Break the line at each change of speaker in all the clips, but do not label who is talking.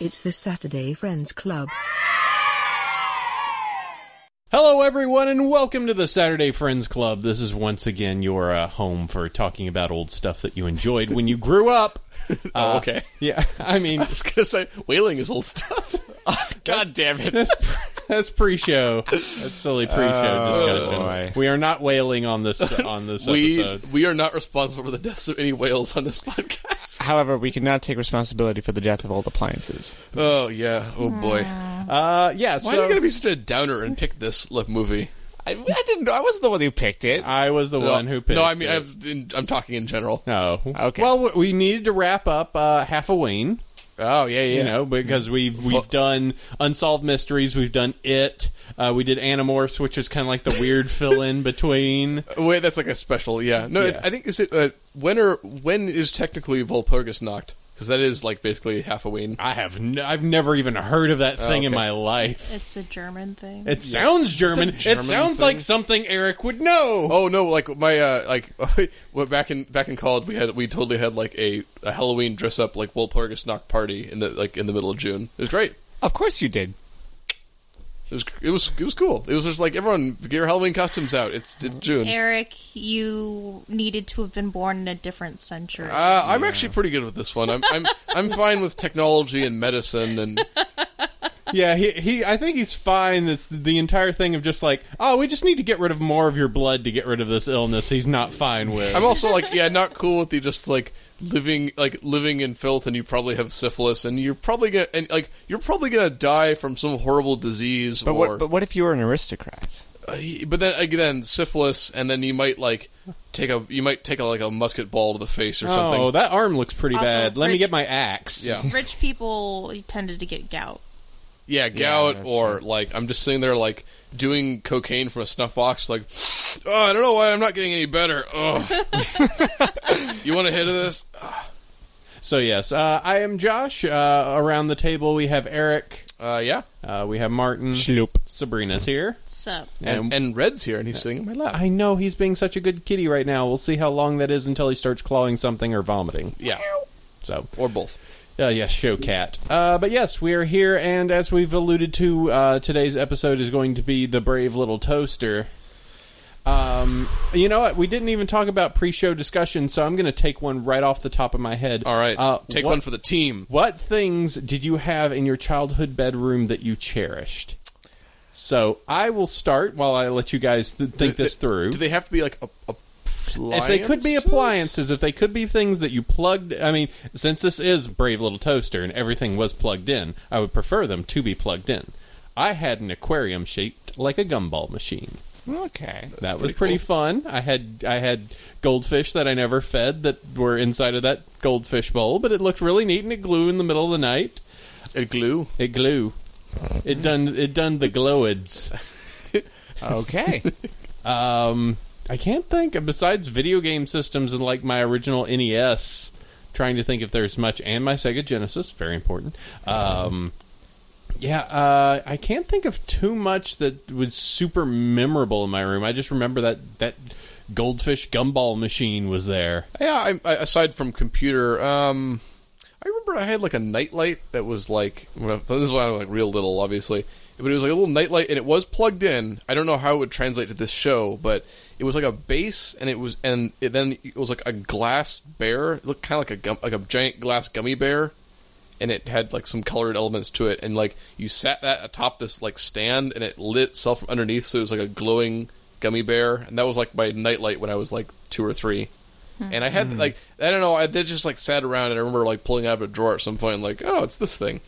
It's the Saturday Friends Club.
Hello, everyone, and welcome to the Saturday Friends Club. This is once again your uh, home for talking about old stuff that you enjoyed when you grew up. Uh,
Oh, okay.
Yeah, I mean,
I was gonna say whaling is old stuff. God damn it!
that's, that's pre-show. That's silly pre-show
Oh,
discussion.
boy.
We are not wailing on this on this
We
episode.
we are not responsible for the deaths of any whales on this podcast.
However, we cannot take responsibility for the death of old appliances.
Oh yeah. Oh boy.
Uh, yeah,
Why
so
are you gonna be such a downer and pick this love movie?
I, I didn't. I wasn't the one who picked it.
I was the one who picked.
No, I mean
it.
I'm, in, I'm talking in general.
no.
Okay.
Well, we- we needed to wrap up uh, Halloween.
Oh yeah, yeah.
you know, because we've we've done unsolved mysteries, we've done it, uh, we did Animorphs, which is kind of like the weird fill in between.
Wait, that's like a special. Yeah. No,
Yeah.
I think is it uh, when or when is technically Volpurgis knocked? Because that is like basically half a ween.
I have n- I've never even heard of that thing in
okay.
my life.
It's a German thing.
It sounds German.
German
it sounds
thing.
like something Eric would know.
Oh no! Like my uh, like well, back in back in college we had we totally had like a, a Halloween dress up like Walpurgis knock party in the like in the middle of June. It was great.
of course you did.
It was it was it was cool. It was just like everyone get your Halloween costumes out. It's it's June. Uh,
Eric, you needed to have been born in a different century.
Uh, I'm actually pretty good with this one. I'm I'm I'm fine with technology and medicine and
Yeah, he, he I think he's fine. It's the entire thing of just like, oh, we just need to get rid of more of your blood to get rid of this illness. He's not fine with.
I'm also like, yeah, not cool with the just like living like living in filth, and you probably have syphilis, and you're probably gonna and like you're probably gonna die from some horrible disease.
But
or,
what? But what if you were an aristocrat?
uh, y- but then again, syphilis, and then you might like take a you might take a, like a musket ball to the face or something.
oh, that arm looks pretty
Also,
bad. Let me
Rich-
get my axe.
yeah,
Rich people tended to get gout.
yeah, gout,
that's
or like I'm just sitting there like doing cocaine from a snuff box, like oh, I don't know why I'm not getting any better. Ugh. you want a hit of this?
So yes, uh, I am Josh. Uh, around the table we have Eric.
Uh, yeah,
Uh, we have Martin.
Schloop.
Sabrina's here.
So
and,
And,
and Red's here, and he's sitting in my lap.
I know he's being such a good kitty right now. We'll see how long that is until he starts clawing something or vomiting.
Yeah,
So,
or both.
uh, yes, show cat. Uh, but yes, we are here, and as we've alluded to, uh, today's episode is going to be the brave little toaster. Um, you know what? We didn't even talk about pre-show discussion, so I'm going to take one right off the top of my head.
All right,
Uh,
take
what-
one for the team.
What things did you have in your childhood bedroom that you cherished? So I will start while I let you guys th- think
Do-
this through.
Do they have to be like a, a
if they could be appliances, if they could be things that you plugged, I mean, since this is Brave Little Toaster and everything was plugged in, I would prefer them to be plugged in. I had an aquarium shaped like a gumball machine.
Okay.
that was
pretty
pretty fun. I had I had goldfish that I never fed that were inside of that goldfish bowl, but it looked really neat and it glowed in the middle of the night.
a glue.
It glue. It done. It done the glowids.
Okay.
Um, I can't think of besides video game systems and like my original NES. Trying to think if there's much, and my Sega Genesis, very important. Um, yeah, uh, I can't think of too much that was super memorable in my room. I just remember that that goldfish gumball machine was there.
Yeah, I, I, aside from computer, um, I remember I had like a nightlight that was like well, this is when I was like real little, obviously, but it was like a little nightlight and it was plugged in. I don't know how it would translate to this show, but it was like a base and it was and it, then it was like a glass bear, it looked kind of like a gum, like a giant glass gummy bear. And it had like some colored elements to it, and like you sat that atop this like stand, and it lit itself from underneath, so it was like a glowing gummy bear, and that was like my nightlight when I was like two or three. And I had like I don't know, I they just like sat around and I remember like pulling out of a drawer at some point and like, oh, it's this thing.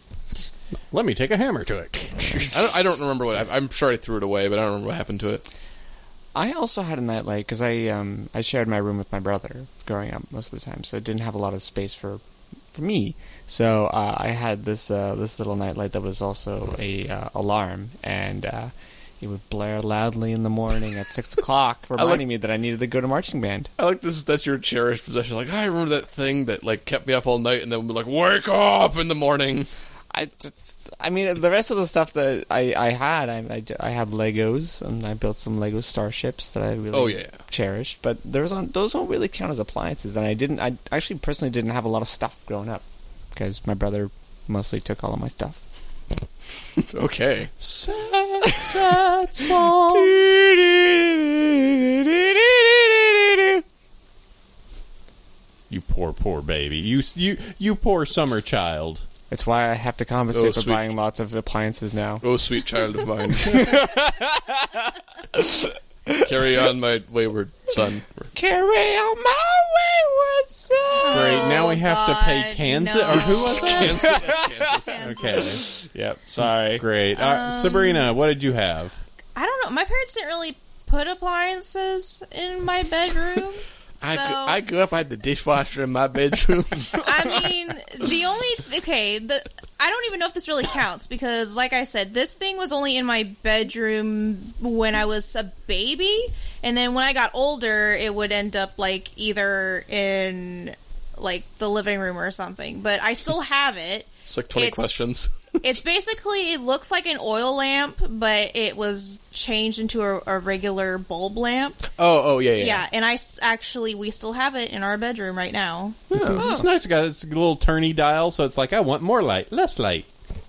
Let me take a hammer to it.
I don't, I don't remember what I, I'm sure I threw it away, but I don't remember what happened to it.
I also had a nightlight because I um I shared my room with my brother growing up most of the time, so I didn't have a lot of space for for me. So uh, I had this uh, this little nightlight that was also a uh, alarm and. Uh, it would blare loudly in the morning at six o'clock, reminding me that I needed to go to marching band.
I like this. That's your cherished possession. Like "Ah, I remember that thing that like kept me up all night, and then would be like, wake up in the morning.
I just, I mean, the rest of the stuff that I, I had, I, I, I had Legos, and I built some Lego starships that I really
Oh, yeah.
cherished. But those on those don't really count as appliances, and I didn't. I actually personally didn't have a lot of stuff growing up because my brother mostly took all of my stuff.
Okay.
Sad, sad song. You poor, poor baby. You you you poor summer child.
That's why I have to compensate
Oh,
for
sweet.
buying lots of appliances now.
Oh, sweet child of mine. Carry on, my wayward son.
Carry on my wayward son.
Great. Now we have to pay
God,
Kansas
no.
or who was that?
Kansas.
Okay.
Yep. Sorry.
Great. All right, Sabrina, what did you have?
I don't know. My parents didn't really put appliances in my bedroom.
I,
so,
gr- I grew up. I had the dishwasher in my bedroom.
I mean, the only okay, the I don't even know if this really counts because, like I said, this thing was only in my bedroom when I was a baby, and then when I got older, it would end up like either in like the living room or something. But I still have it.
it's like twenty
It's-
questions.
It's basically it looks like an oil lamp, but it was changed into a, a regular bulb lamp.
Oh, oh yeah,
Yeah,
yeah.
and I s- actually we still have it in our bedroom right now.
It's, it's nice. It got it's a little turny dial, so it's like I want more light, less light.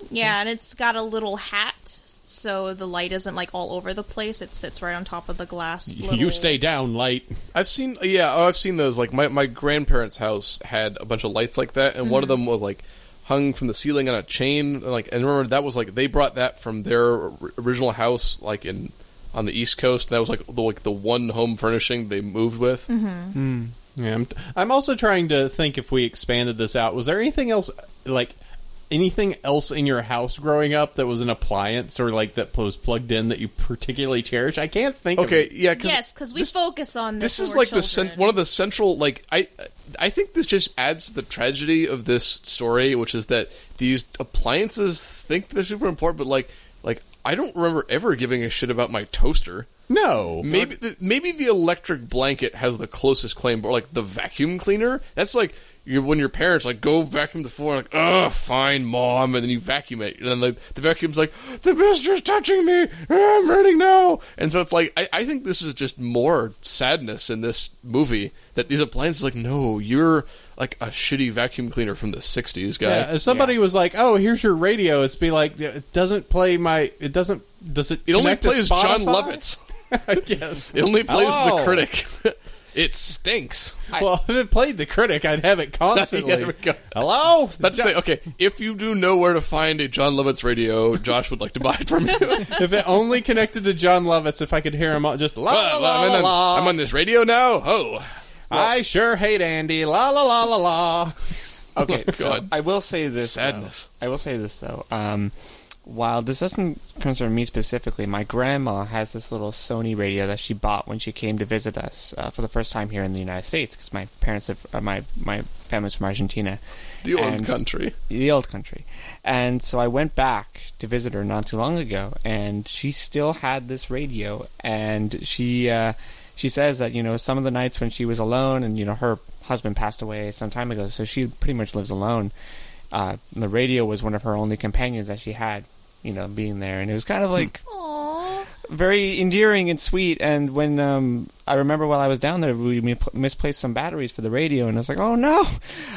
Yeah, and it's got a little hat, so the light isn't like all over the place. It sits right on top of the glass.
You
little-
stay down, light.
I've seen. Yeah, oh, I've seen those. Like my my grandparents' house had a bunch of lights like that, and one of
Mm-hmm.
them was like hung from the ceiling on a chain. And, like, and remember that was like they brought that from their or- original house, like in on the East Coast. That was like the, like the one home furnishing they moved with.
Mm-hmm.
Yeah, I'm, I'm also trying to think if we expanded this out. Was there anything else, like anything else in your house growing up that was an appliance or like that was plugged in that you particularly cherish? I can't think. of
Okay,
it.
yeah. 'cause
Yes, because we
this-
focus on this.
this
when
is
we're
like the
children.
cen- one of the central like I I think this just adds to the tragedy of this story, which is that these appliances think they're super important, but like like I don't remember ever giving a shit about my toaster.
no,
Maybe the, maybe the electric blanket has the closest claim, but like the vacuum cleaner, that's like you when your parents like go vacuum the floor, like oh fine mom, and then you vacuum it, and then like, the vacuum's like the mistress touching me, Ah, I'm running now, and so it's like I, I think this is just more sadness in this movie that these appliances like no you're like a shitty vacuum cleaner from the '60s guy.
Yeah, if somebody was like, "Oh, here's your radio," it's be like, "It doesn't play my. It doesn't. Does it?
It only
connect to
plays John
Spotify?" Oh.
Lovitz.
I guess.
It only plays
Hello.
the critic. it stinks.
well, if it played the critic, I'd have it constantly.
There we go.
Hello,
That's say, okay. If you do know where to find a John Lovitz radio, Josh would like to buy it from you.
if it only connected to John Lovitz, if I could hear him all- just la la
Well,
la
I'm,
la.
in
la.
on, I'm on this radio now. Oh,
I sure hate Andy. La la la la la.
Okay, so
God.
I will say this. though.
Sadness.
I will say this though. Um, while this doesn't concern me specifically, my grandma has this little Sony radio that she bought when she came to visit us uh, for the first time here in the United States because my parents have uh, my my family's from Argentina,
the old
And-
country.
the old country, and so I went back to visit her not too long ago, and she still had this radio, and she. Uh, she says that you know some of the nights when she was alone, and you know her husband passed away some time ago, so she pretty much lives alone uh, the radio was one of her only companions that she had, you know, being there, and it was kind of like
Aw.
very endearing and sweet. And when um, I remember while I was down there, we mi- misplaced some batteries for the radio, and I was like, "Oh no!"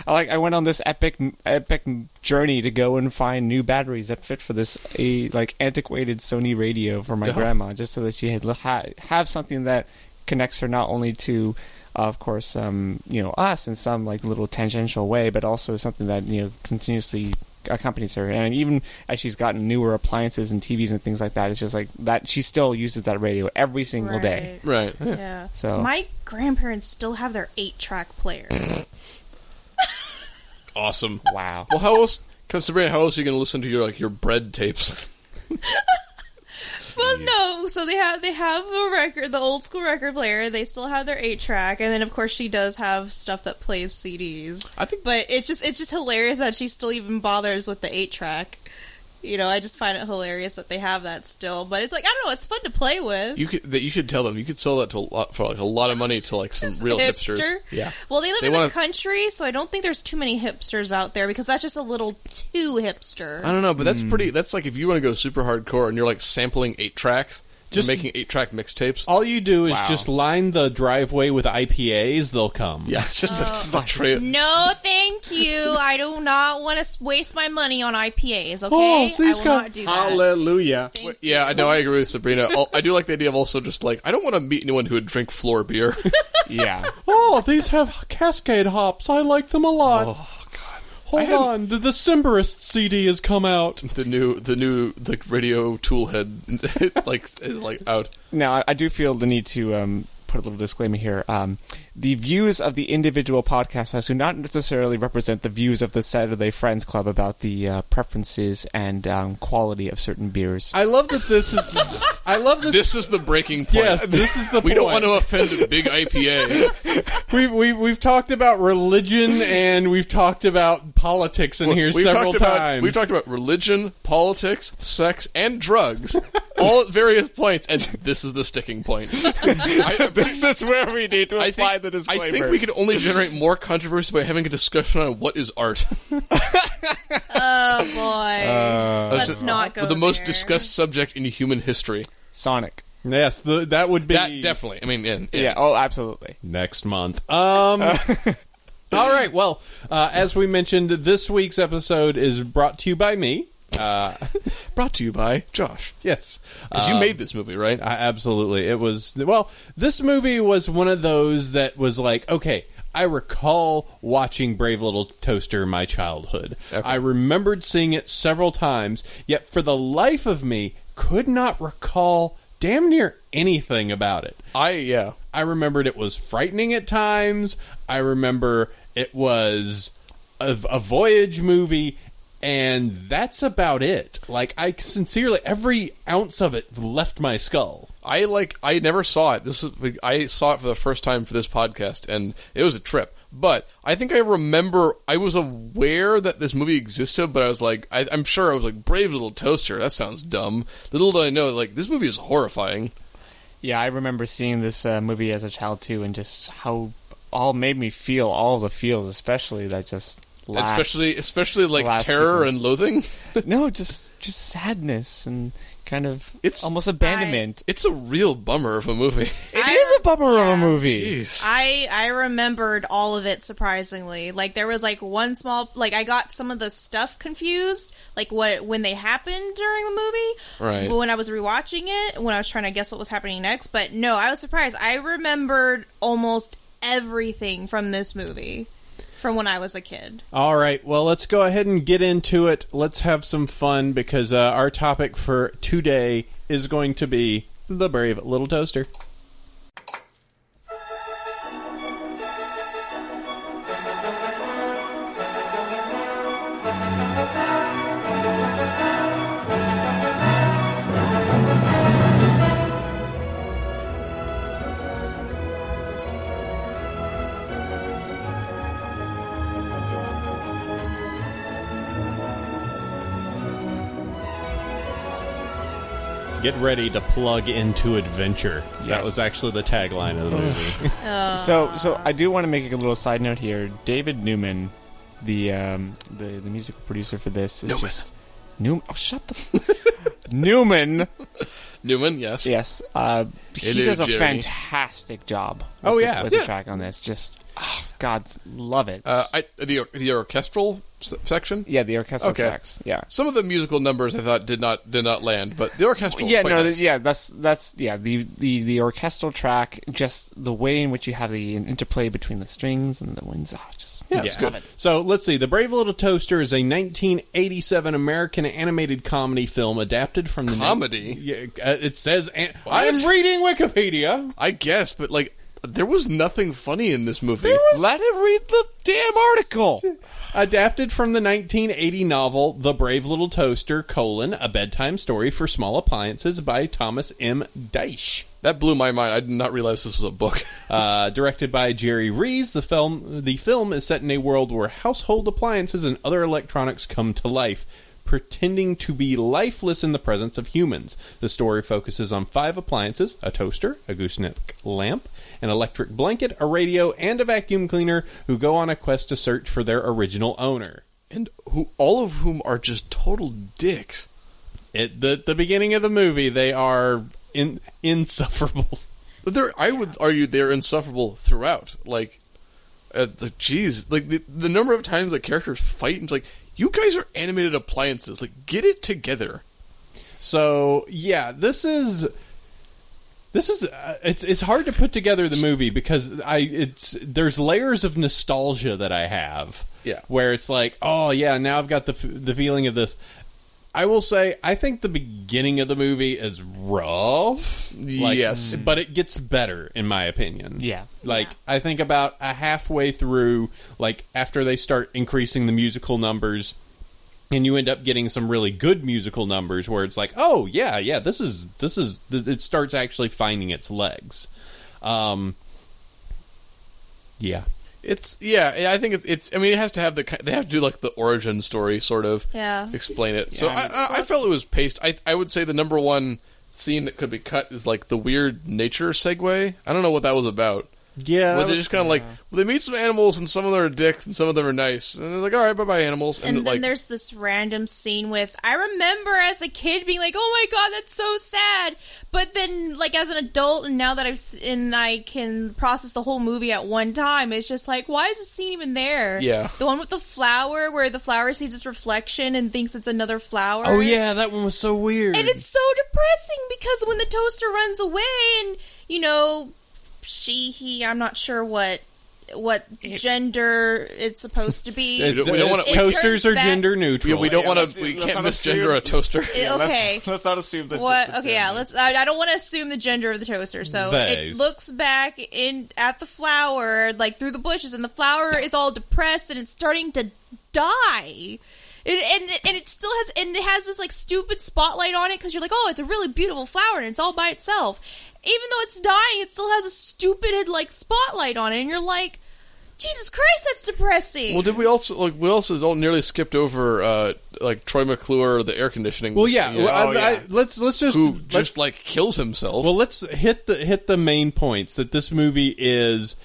I, like I went on this epic, epic journey to go and find new batteries that fit for this a like antiquated Sony radio for my
Yeah.
grandma, just so that she had ha- have something that connects her not only to. Of course, um, you know us in some like little tangential way, but also something that you know continuously accompanies her. And even as she's gotten newer appliances and TVs and things like that, it's just like that she still uses that radio every single day.
Right,
Right.
Yeah.
So-
my grandparents still have their eight-track player.
Awesome.
Wow.
Well, how else? Because Sabrina, how else are you going to listen to your like your bread tapes?
Well, no. So they have they have a record, the old school record player. They still have their eight track, and then of course she does have stuff that plays CDs.
I think-
but it's just it's just hilarious that she still even bothers with the eight track. You know, I just find it hilarious that they have that still. But it's like I don't know, it's fun to play with.
You could that you should tell them you could sell that to a lot for like a lot of money to like some real hipsters.
Hipster.
Yeah.
Well, they live
They
in
wanna-
the country, so I don't think there's too many hipsters out there because that's just a little too hipster.
Hmm. I don't know, but that's pretty. That's like if you want to go super hardcore and you're like sampling eight tracks,
Just-
Just Oh. making eight track mixtapes.
All you do is
Wow.
just line the driveway with IPAs. They'll come.
Yeah, it's just, it's just like trail.
No, thank you. I do not want to waste my money on IPAs. Okay,
Oh, so
I
he's
will
got-
not do that.
Hallelujah.
Wait, Yeah, I know. I agree with Sabrina. I'll- I do like the idea of also just like I don't want to meet anyone who would drink floor beer.
Yeah.
Oh, these have Cascade hops. I like them a lot. Hold
Oh, I had-
on, the, the Simbarist CD has come out.
the new, the new, the radio toolhead is like is like out.
Now, I, I do feel the need to um, put a little disclaimer here. Um, the views of the individual podcast hosts do not necessarily represent the views of the Saturday Friends Club about the uh, preferences and um, quality of certain beers.
I love that this is. I love that.
This is the breaking point.
yes, this is the.
we don't
point.
want to offend a big IPA.
We've, we've we've talked about religion and we've talked about politics in here several
talked about,
times.
We've talked about religion, politics, sex, and drugs, all at various points, and this is the sticking point. I,
this is where we need to
I
apply
think,
the
I
disclaimer.
think we can only generate more controversy by having a discussion on what is art.
Oh boy, let's
That's
not go
the most
there.
discussed subject in human history.
Sonic.
yes, the, that would be
That definitely. I mean, and,
Yeah. Oh, absolutely.
next month. Um.
Uh,
all right. Well, uh, as we mentioned, this week's episode is brought to you by me. Uh,
brought to you by Josh.
yes,
Because you made this movie, right?
I, absolutely. It was well. This movie was one of those that was like, okay, I recall watching Brave Little Toaster in my childhood. I remembered seeing it several times, yet for the life of me, could not recall damn near anything about it.
I yeah.
I remembered it was frightening at times. I remember it was a, a voyage movie, and that's about it. Like I sincerely, every ounce of it left my skull.
I like I never saw it. This is I saw it for the first time for this podcast, and it was a trip. But I think I remember I was aware that this movie existed, but I was like, I, I'm sure I was like, "Brave Little Toaster." That sounds dumb. Little did I know, like this movie is horrifying.
Yeah, I remember seeing this uh, movie as a child too, and just how all made me feel all the feels, especially that just last,
especially, especially like
last
terror
sequence.
and loathing.
no, just just sadness and kind of
It's-
it's almost abandonment.
It's a real bummer of a movie.
It is
I-
a bummer of a movie.
Jeez.
I I remembered all of it surprisingly. Like there was like one small like I got some of the stuff confused, like what when they happened during the movie.
Right.
But when I was rewatching it, when I was trying to guess what was happening next, but no, I was surprised. I remembered almost everything from this movie from when I was a kid.
All right, well, let's go ahead and get into it. Let's have some fun because uh, our topic for today is going to be the brave little toaster. Get ready to plug into adventure. That
Yes.
was actually the tagline of the movie.
So, so I do want to make a little side note here. David Newman, the um, the, the musical producer for this, is
Newman.
just Newman. Oh, shut the Newman.
Newman, yes.
Yes, uh, he
Hello,
does a
Jerry.
fantastic job. with
Oh,
the-
yeah.
with
Yeah.
the track on this, just oh, God, love it.
Uh, I, the the orchestral s- section.
yeah, the orchestral
Okay.
tracks. Yeah,
Some of the musical numbers I thought did not did not land, but the orchestral.
yeah,
was quite
no,
nice.
th- yeah, that's that's yeah, the, the the orchestral track, just the way in which you have the interplay between the strings and the winds. Oh, just
Yeah, it's good.
So let's see. The Brave Little Toaster is a 1987 American animated comedy film adapted from the
Comedy?
Yeah, uh, it says an-
What?
I am reading Wikipedia.
I guess, but like there was nothing funny in this movie.
Let him read the damn article.
Adapted from the 1980 novel The Brave Little Toaster: colon, A Bedtime Story for Small Appliances by Thomas M. Deich.
that blew my mind. I did not realize this was a book.
Uh, directed by Jerry Rees, the film the film is set in a world where household appliances and other electronics come to life, pretending to be lifeless in the presence of humans. The story focuses on five appliances: a toaster, a gooseneck lamp, an electric blanket, a radio, and a vacuum cleaner, who go on a quest to search for their original owner.
and who all of whom are just total dicks.
At the the beginning of the movie, they are in, insufferable.
But they're, I would argue they're insufferable throughout. Like, uh, the, geez, like the, the number of times the characters fight, and it's like, you guys are animated appliances. Like, get it together.
So yeah, this is this is uh, it's it's hard to put together the movie because I it's there's layers of nostalgia that I have.
Yeah.
where it's like, oh yeah, now I've got the f- the feeling of this. I will say, I think the beginning of the movie is rough.
Yes.
but it gets better in my opinion.
Yeah.
like
Yeah.
I think about a halfway through, like after they start increasing the musical numbers, and you end up getting some really good musical numbers where it's like, oh yeah, yeah, this is this is th- it starts actually finding its legs. Um, yeah,
It's yeah. yeah, I think it's, it's. I mean, it has to have the. ki- They have to do like the origin story, sort of.
Yeah.
Explain it. so
Yeah, I
I, I, I felt it was paced. I I would say the number one scene that could be cut is like the weird nature segue. I don't know what that was about.
yeah.
Well, they just kind of like well, they meet some animals and some of them are dicks and some of them are nice and they're like all right bye bye animals and,
And then
like
there's this random scene with I remember as a kid being like, "Oh my god, that's so sad." But then, like as an adult, and now that I've s- and I can process the whole movie at one time, it's just like, why is this scene even there?
Yeah.
the one with the flower where the flower sees its reflection and thinks it's another flower.
oh yeah, that one was so weird.
And it's so depressing because when the toaster runs away and you know she he I'm not sure what what gender it's supposed to be.
It-
We don't- we don't wanna-
it's- toasters
It
are
turns
gender
yeah,
neutral.
we don't
Yeah,
want
let's-
to we
let's
can't
not assume-
misgender a toaster
It- okay.
Let's, let's not assume that.
What?
that-
Okay, yeah. Let's. I, I don't want to assume the gender of the toaster. So it
Vase.
looks back in at the flower, like through the bushes, and the flower is all depressed and it's starting to die. And, and and it still has and it has this like stupid spotlight on it because you're like, oh, it's a really beautiful flower and it's all by itself. Even though it's dying, it still has a stupid like spotlight on it, and you're like, Jesus Christ, that's depressing.
well did we also like we also don't nearly skipped over uh like Troy McClure the air conditioning
well, yeah.
machine,
well, I-
Oh, yeah.
I- let's let's just
who
let's
just like kills himself
Well, let's hit the hit the main points that this movie is.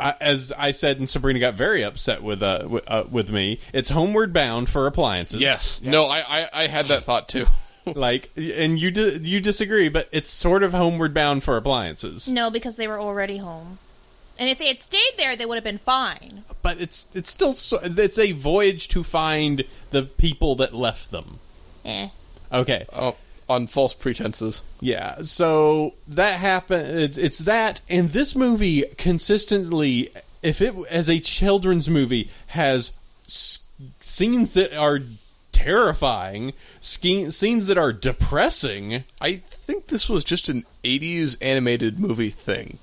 Uh, as I said, and Sabrina got very upset with uh, w- uh, with me. It's homeward bound for appliances.
yes no I, I I had that thought too
like, and you di- you disagree, but it's sort of homeward bound for appliances.
no, because they were already home, and if they had stayed there, they would have been fine.
But it's it's still so, it's a voyage to find the people that left them.
Eh.
Okay,
oh, on false pretenses
Yeah, so that happened. It's, it's that, and this movie consistently, if it as a children's movie, has s- scenes that are terrifying, ske- scenes that are depressing.
I think this was just an 80s animated movie thing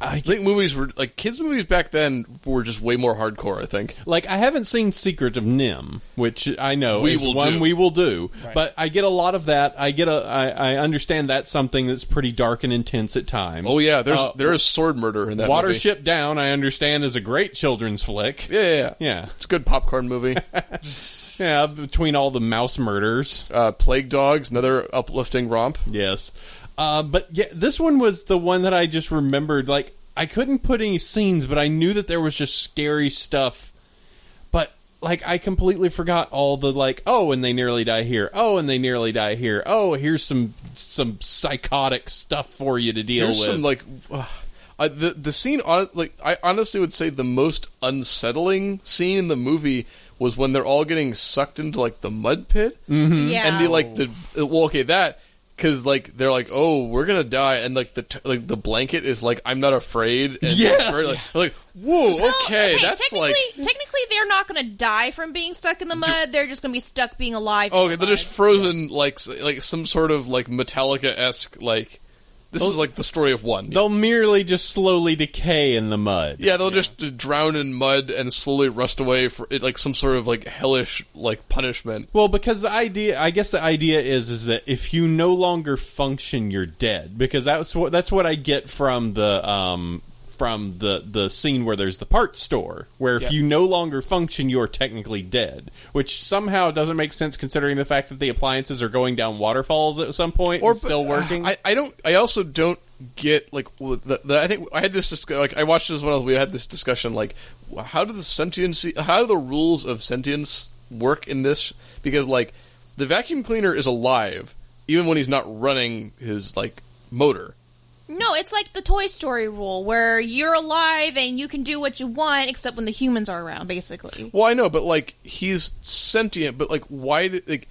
I,
I think movies were like kids movies back then were just way more hardcore I think
like I haven't seen Secret of Nim, which I know
We
is
will
one
do.
we will do.
Right.
But I get a lot of that. I get a. I, I understand that's something that's pretty dark and intense at times.
oh yeah there's
Uh,
there is sword murder in that movie.
Watership Down. I understand is a great children's flick.
Yeah, yeah, yeah.
Yeah.
It's a good popcorn movie.
Yeah, between all the mouse murders.
uh, Plague Dogs, another uplifting romp.
Yes. Uh, but yeah, this one was the one that I just remembered. Like, I couldn't put any scenes, but I knew that there was just scary stuff. But, like, I completely forgot all the, like, oh, and they nearly die here. Oh, and they nearly die here. Oh, here's some some psychotic stuff for you to deal
Here's
with.
some like uh, uh, the the scene. On, like I honestly would say the most unsettling scene in the movie was when they're all getting sucked into like the mud pit,
Mm-hmm.
Mm-hmm. Yeah.
and they like the uh, well, okay that. Cause like they're like oh we're gonna die and like the t- like the blanket is like I'm not afraid and
Yes!
we're like, they're like whoa
Well,
okay, that's
technically,
like
technically they're not going to die from being stuck in the mud. They're just going to be stuck being alive. in
Oh,
the
they're
mud.
just frozen like s- like some sort of like Metallica esque like. This is like the story of one.
They'll merely just slowly decay in the mud.
Yeah, they'll just uh, drown in mud and slowly rust away for it, like some sort of like hellish like punishment.
Well, because the idea, I guess the idea is, is that if you no longer function, you're dead. Because that's what that's what I get from the um from the the scene where there's the parts store, where if
Yeah.
you no longer function, you're technically dead. Which somehow doesn't make sense considering the fact that the appliances are going down waterfalls at some point or still working.
uh, I, I don't. I also don't get like w- the, the. I think I had this discu- like I watched this one. We had this discussion like w- how do the sentiency how do the rules of sentience work in this because like the vacuum cleaner is alive even when he's not running his like motor.
No, it's like the Toy Story rule where you're alive and you can do what you want except when the humans are around, basically.
Well, I know, but like he's sentient, but like why did like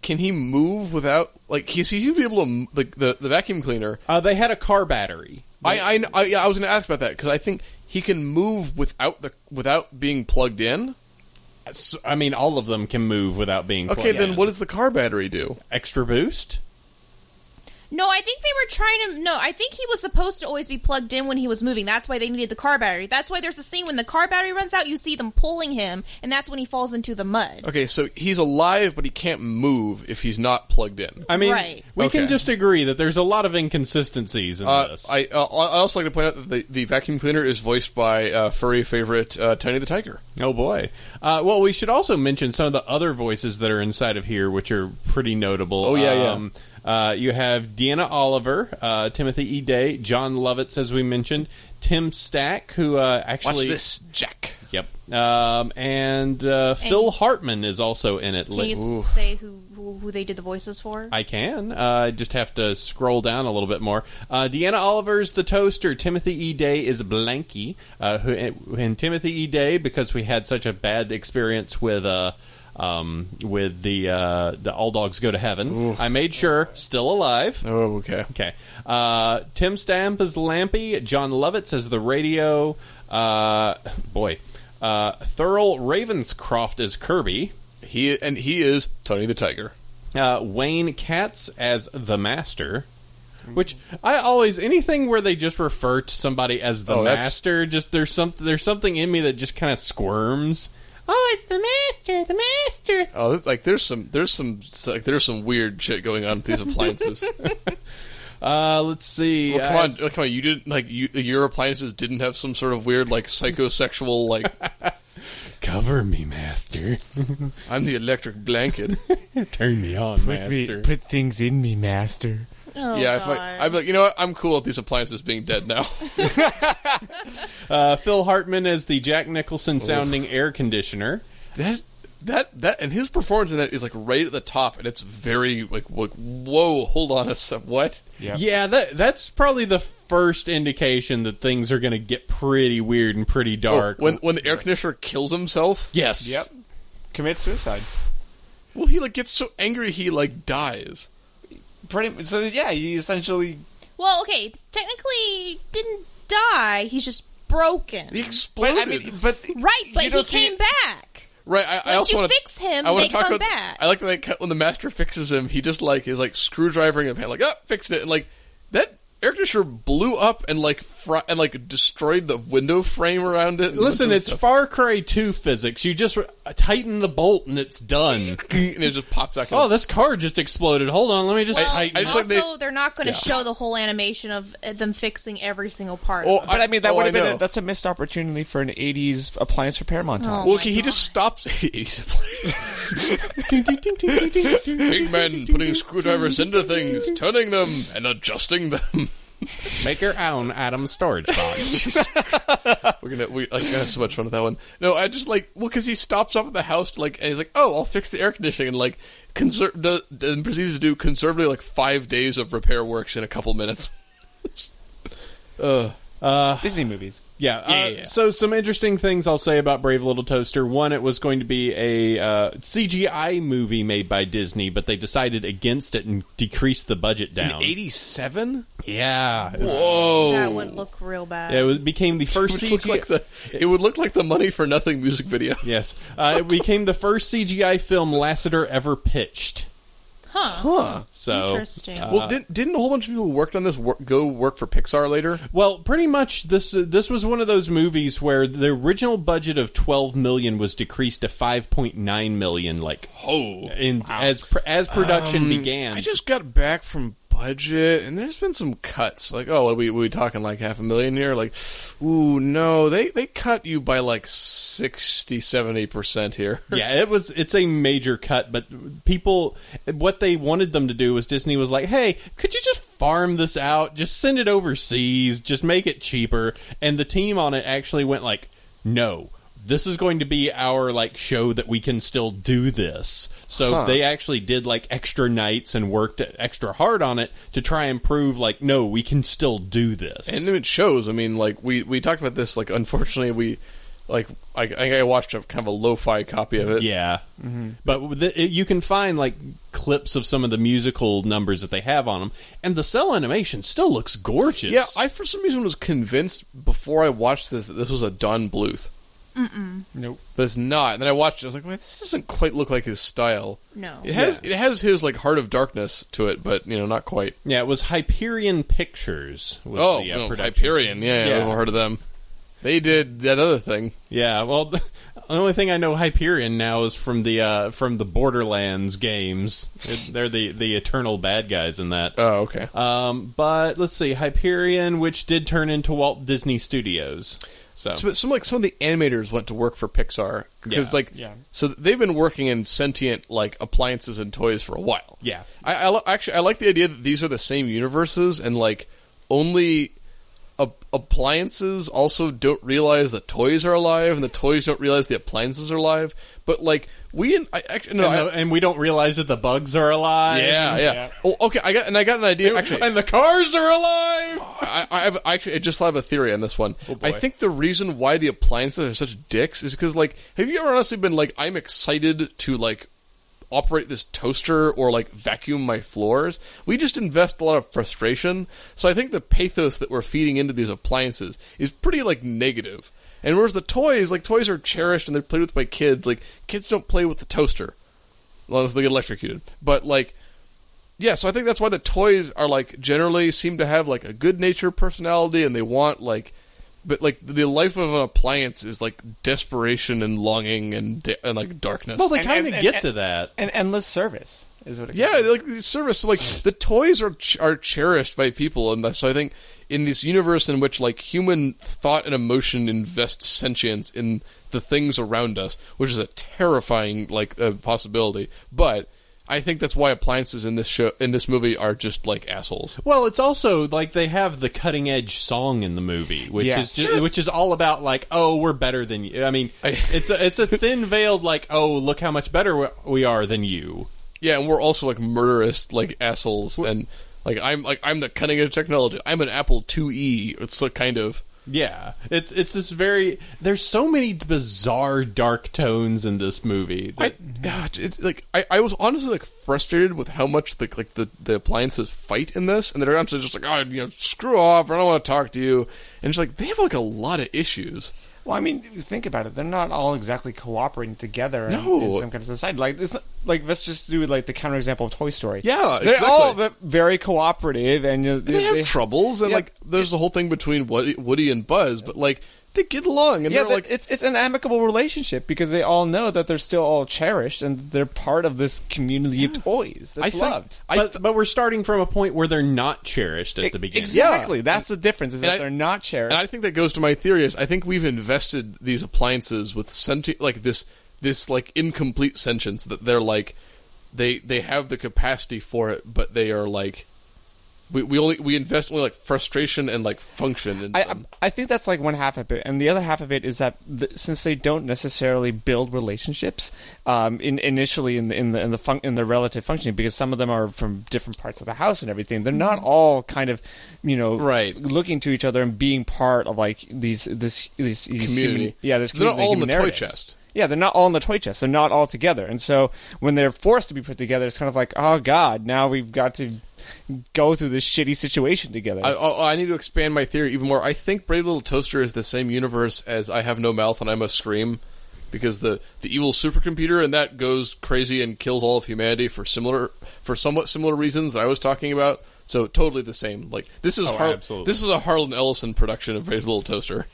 can he move without like he seems to be able to m- like the the vacuum cleaner.
Uh, they had a car battery.
I I, kn- I, yeah, I was going to ask about that because I think he can move without the without being plugged in.
S- I mean, all of them can move without being.
Okay,
plugged
then
in.
what does the car battery do?
Extra boost.
No, I think they were trying to. No, I think he was supposed to always be plugged in when he was moving. That's why they needed the car battery. That's why there's a scene when the car battery runs out, you see them pulling him, and that's when he falls into the mud.
Okay, so he's alive, but he can't move if he's not plugged in.
I mean,
Right.
we can
Okay.
just agree that there's a lot of inconsistencies in
Uh,
this.
I uh, I also like to point out that the, the vacuum cleaner is voiced by uh, furry favorite uh, Tiny the Tiger.
oh boy. Uh, well, we should also mention some of the other voices that are inside of here, which are pretty notable.
Oh, yeah, yeah.
yeah. Uh, you have Deanna Oliver, uh, Timothy E. Day, John Lovitz, as we mentioned, Tim Stack, who uh,
Watch
actually
this, Jack.
Yep. Um, and uh, Phil Hartman is also in it.
Can you
Ooh.
say who, who who they did the voices for?
I can. Uh, I just have to scroll down a little bit more. Uh, Deanna Oliver's the toaster. Timothy E. Day is Blanky. Uh, who, and Timothy E. Day, because we had such a bad experience with uh, um, with the uh, the All Dogs Go to Heaven, I made sure still alive.
Oh, okay.
Okay. Uh, Tim Stamp is Lampy. John Lovitz is the radio. Uh, boy. Uh, Thurl Ravenscroft is Kirby.
He and he is Tony the Tiger.
Uh, Wayne Katz as the Master. Which I always anything where they just refer to somebody as the
Oh, that's-
master, just there's something there's something in me that just kind of squirms. Oh, it's the master, the master.
Oh, this- like there's some there's some like there's some weird shit going on with these appliances.
Uh, let's see.
Well, come
I-
on, oh, come on! You didn't like you, your appliances didn't have some sort of weird like psychosexual like
cover me, master.
I'm the electric blanket.
Turn me on,
Put, me,
master.
put things in me, master.
oh,
yeah, if
God.
I, I'm like you know what? I'm cool with these appliances being dead now.
Uh, Phil Hartman as the Jack Nicholson sounding air conditioner.
that that that and his performance in that is like right at the top, and it's very like like whoa, hold on a sec, what?
Yeah.
Yeah, that that's probably the first indication that things are going to get pretty weird and pretty
Oh,
dark.
when when the air conditioner kills himself,
yes.
Yep. Commit suicide.
well, he like gets so angry he like dies.
Pretty. So yeah, he essentially.
well, okay, technically didn't die. He's just broken.
He
But
exploded.
I mean, but
right, but
you
he
don't
came
see-
back.
Right. I, I
Once
also
you
want to
fix him,
I wanna
they
talk
come
about,
back.
I like that they cut- when the master fixes him. He just like is like screwdrivering him, hand, like oh, fixed it, and like that air conditioner blew up and like fr- and like destroyed the window frame around it. and
Listen,
and
it's
stuff.
Far Cry 2 physics. You just re- tighten the bolt and it's done.
and it just pops back.
Oh,
up.
this car just exploded. Hold on, let me just
I-
Well,
tighten.
I just like
also,
they-
they, are not going to
Yeah.
show the whole animation of uh, them fixing every single part.
Oh,
of it.
But I mean, that
oh,
would have
I
been
know.
a, that's a missed opportunity for an '80s appliance repair montage.
Oh
Well,
my
okay, he just stops. Big men putting screwdrivers into things, turning them and adjusting them.
Make your own atom storage box.
We're gonna we like gonna have so much fun with that one. No, I just like well because he stops off at the house to, like and he's like, oh, I'll fix the air conditioning and like conser- does, and proceeds to do conservatively like five days of repair works in a couple minutes. uh,
Disney movies.
yeah. Uh,
Yeah, yeah, yeah.
So, some interesting things I'll say about Brave Little Toaster. One, it was going to be a uh, CGI movie made by Disney, but they decided against it and decreased the budget down.
eighty-seven.
Yeah. It was-
Whoa.
that would look real bad.
It was, became the
It
first
would,
CGI.
look like the, it would look like the money for nothing music video.
yes, uh, it became the first CGI film Lasseter ever pitched.
huh?
Huh.
So,
Interesting.
Well, didn't didn't a whole bunch of people who worked on this work, go work for Pixar later?
Well, pretty much this uh, this was one of those movies where the original budget of 12 million was decreased to 5.9 million like
Oh,
in as pr- as production began.
Um, Mm, I just got back from budget, and there's been some cuts. Like, oh, are we were we talking like half a million here? Like, ooh, no, they they cut you by like 60 70 percent here.
yeah, it was it's a major cut, but people what they wanted them to do was Disney was like, "Hey, could you just farm this out? Just send it overseas, just make it cheaper." And the team on it actually went like, "No, this is going to be our like show that we can still do this. So
Huh.
they actually did like extra nights and worked extra hard on it to try and prove like no, we can still do this.
And it shows. I mean, like we we talked about this. Like, unfortunately, we like I, I think I watched a kind of a lo-fi copy of it.
Yeah,
Mm-hmm.
but with the, it- you can find like clips of some of the musical numbers that they have on them, and the cell animation still looks gorgeous.
Yeah, I for some reason was convinced before I watched this that this was a Don Bluth,
Nope.
but it's not. And then I watched it. I was like, man, this doesn't quite look like his style.
No.
It has it has his like Heart of Darkness to it, but you know, not quite.
yeah, it was Hyperion Pictures. Was
oh,
the, uh,
no,
production.
Hyperion. Yeah, yeah,
Yeah.
I've heard of them. They did that other thing.
Yeah, well, the only thing I know Hyperion now is from the uh, from the Borderlands games. It- They're the the eternal bad guys in that.
Oh, okay.
Um, but let's see, Hyperion, which did turn into Walt Disney Studios. So
So, some like some of the animators went to work for Pixar because
Yeah.
like
Yeah.
so they've been working in sentient like appliances and toys for a while.
yeah,
I, I li- actually I like the idea that these are the same universes and like only a- appliances also don't realize the toys are alive and the toys don't realize the appliances are alive. But like we in, I actually no
and,
I-
the- and we don't realize that the bugs are alive.
yeah, yeah
yeah.
Oh, okay I got and I got an idea actually.
and the cars are alive. Oh,
I, I have I actually I just have a theory on this one.
boy.
I think the reason why the appliances are such dicks is because like, have you ever honestly been like, I'm excited to like operate this toaster or like vacuum my floors? We just invest a lot of frustration. So I think the pathos that we're feeding into these appliances is pretty like negative. And whereas the toys, like toys are cherished and they're played with by kids. Like kids don't play with the toaster unless they get electrocuted. But like. Yeah, so I think that's why the toys are like generally seem to have like a good nature personality and they want like but like the life of an appliance is like desperation and longing and de- and like darkness.
Well, they
And-
kind
and-
of
and-
get
and-
to that.
And endless service is what it
yeah,
comes-
like the service so, like the toys are ch- are cherished by people and that's, so I think in this universe in which like human thought and emotion invest sentience in the things around us, which is a terrifying like uh, possibility, but I think that's why appliances in this show in this movie are just like assholes.
Well, it's also like they have the cutting edge song in the movie, which
Yes.
is just, which is all about like, oh, we're better than you. I mean,
I-
it's a, it's a thin veiled like, oh, look how much better we- we are than you.
Yeah, and we're also like murderous, like assholes, and like I'm like I'm the cutting edge technology. I'm an Apple IIe. It's like kind of
Yeah, it's it's this very. There's so many bizarre dark tones in this movie.
I,
that-
God,
mm-hmm.
it's like I, I was honestly like frustrated with how much the like the, the appliances fight in this, and they're honestly just like oh you know screw off, I don't want to talk to you, and it's like they have like a lot of issues.
Well, I mean, think about it. They're not all exactly cooperating together in,
No.
in some kind of society. Like this, like let's just do like the counterexample of Toy Story.
Yeah,
they're
exactly.
all ve- very cooperative, and, you know,
And they have
they-
troubles, and
Yeah.
like there's the whole thing between Woody, Woody and Buzz, but like they get along, and
yeah,
they're
that-
like
it's it's an amicable relationship because they all know that they're still all cherished and they're part of this community of toys
I
that's
think-
loved.
I
but, but we're starting from a point where they're not cherished at the beginning.
E, Exactly, that's the difference is
And
that
I-
they're not cherished.
And I think that goes to my theory is I think we've invested these appliances with senti- like this this like incomplete sentience that they're like they they have the capacity for it, but they are like we, we only we invest only like frustration and like function in
I,
them.
I think that's like one half of it, and the other half of it is that th- since they don't necessarily build relationships um, in, initially in the in the in the, func in the relative functioning, because some of them are from different parts of the house and everything, they're not all kind of you know
Mm-hmm. Right.
looking to each other and being part of like these this these, these
Community.
human- yeah, this
They're not
community,
all in
human
the toy
narratives.
chest.
Yeah, they're not all in the toy chest. They're not all together, and so when they're forced to be put together, it's kind of like, oh god, now we've got to go through this shitty situation together.
I, oh, I, I need to expand my theory even more. I think Brave Little Toaster is the same universe as I Have No Mouth and I Must Scream, because the the evil supercomputer and that goes crazy and kills all of humanity for similar for somewhat similar reasons that I was talking about. So totally the same. Like this is
Oh,
Har-
absolutely.
this is a Harlan Ellison production of Brave Little Toaster.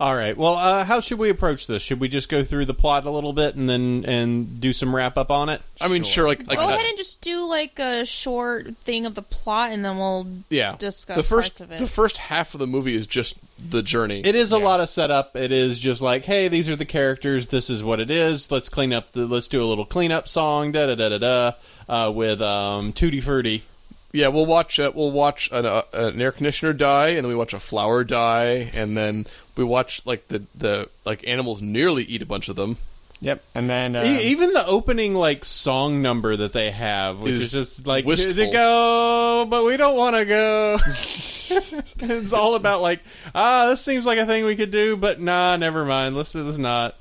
All right. Well, uh, how should we approach this? Should we just go through the plot a little bit and then and do some wrap up on it?
I mean, sure, like like
Go
that-
ahead and just do like a short thing of the plot, and then we'll
yeah.
discuss
the first
parts of it.
the first half of the movie is just the journey.
It is a lot of setup. It is just like, hey, these are the characters. This is what it is. Let's clean up. The, let's do a little cleanup song. Da da da da da. Uh, with um, Tutti Frutti.
Yeah, we'll watch. Uh, we'll watch an, uh, an air conditioner die, and then we watch a flower die, and then we watch like the the like animals nearly eat a bunch of them.
Yep. And then uh,
E- Even the opening like song number that they have, which
Is
is, just like
wistful.
"Here they go, but we don't want to go. it's all about like ah, this seems like a thing we could do, but nah, never mind. Let's do this not.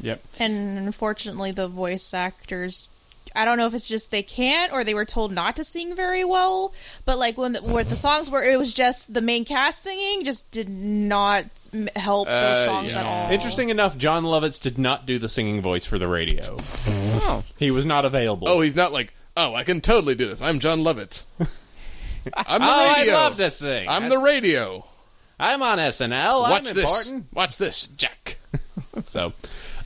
yep.
And unfortunately, the voice actors. I don't know if it's just they can't or they were told not to sing very well, but like when the, where the songs were, it was just the main cast singing just did not m- help
Uh,
those songs at all.
Interesting enough, John Lovitz did not do the singing voice for the radio.
Oh.
He was not available.
Oh, he's not like oh, I can totally do this. I'm John Lovitz. I'm the
Oh, I
radio.
love to sing.
I'm the radio.
I'm on SNL.
Watch
I'm
this.
important.
Watch this, Jack.
So,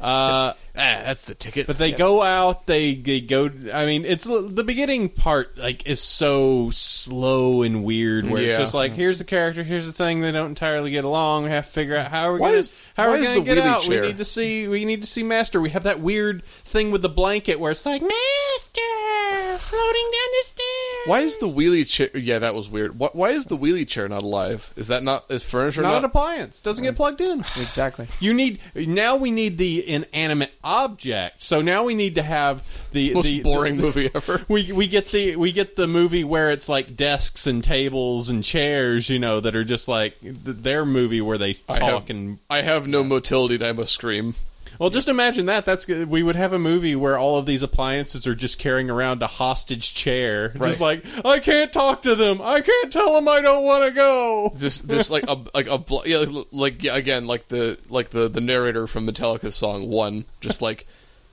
uh,
Ah, that's the ticket.
but they go out. They they go. I mean, it's the beginning part. Like is so slow and weird. Where
Yeah.
it's just like, here's the character. Here's the thing. They don't entirely get along. We have to figure out how we're
Why
gonna
is-
how
why
we're
is
gonna
the
get
wheelie
out.
chair-
We need to see. We need to see Master. We have that weird thing with the blanket where it's like Master floating down the stairs.
why is the wheelie chair? Yeah, that was weird. Why, why is the wheelie chair not alive? Is that not is furniture
not
not?
an appliance? Doesn't get plugged in.
Exactly.
You need now. We need the inanimate object. So now we need to have the
most
the,
boring
the-
movie ever.
We we get the we get the movie where it's like desks and tables and chairs, you know, that are just like th- their movie where they
I
talk
have,
and
I have no motility and I must scream.
well, just imagine that. That's good. we would have a movie where all of these appliances are just carrying around a hostage chair,
Right.
just like I can't talk to them, I can't tell them I don't want to go.
this this like a like a bl- yeah, like yeah, again like the like the the narrator from Metallica's song one just like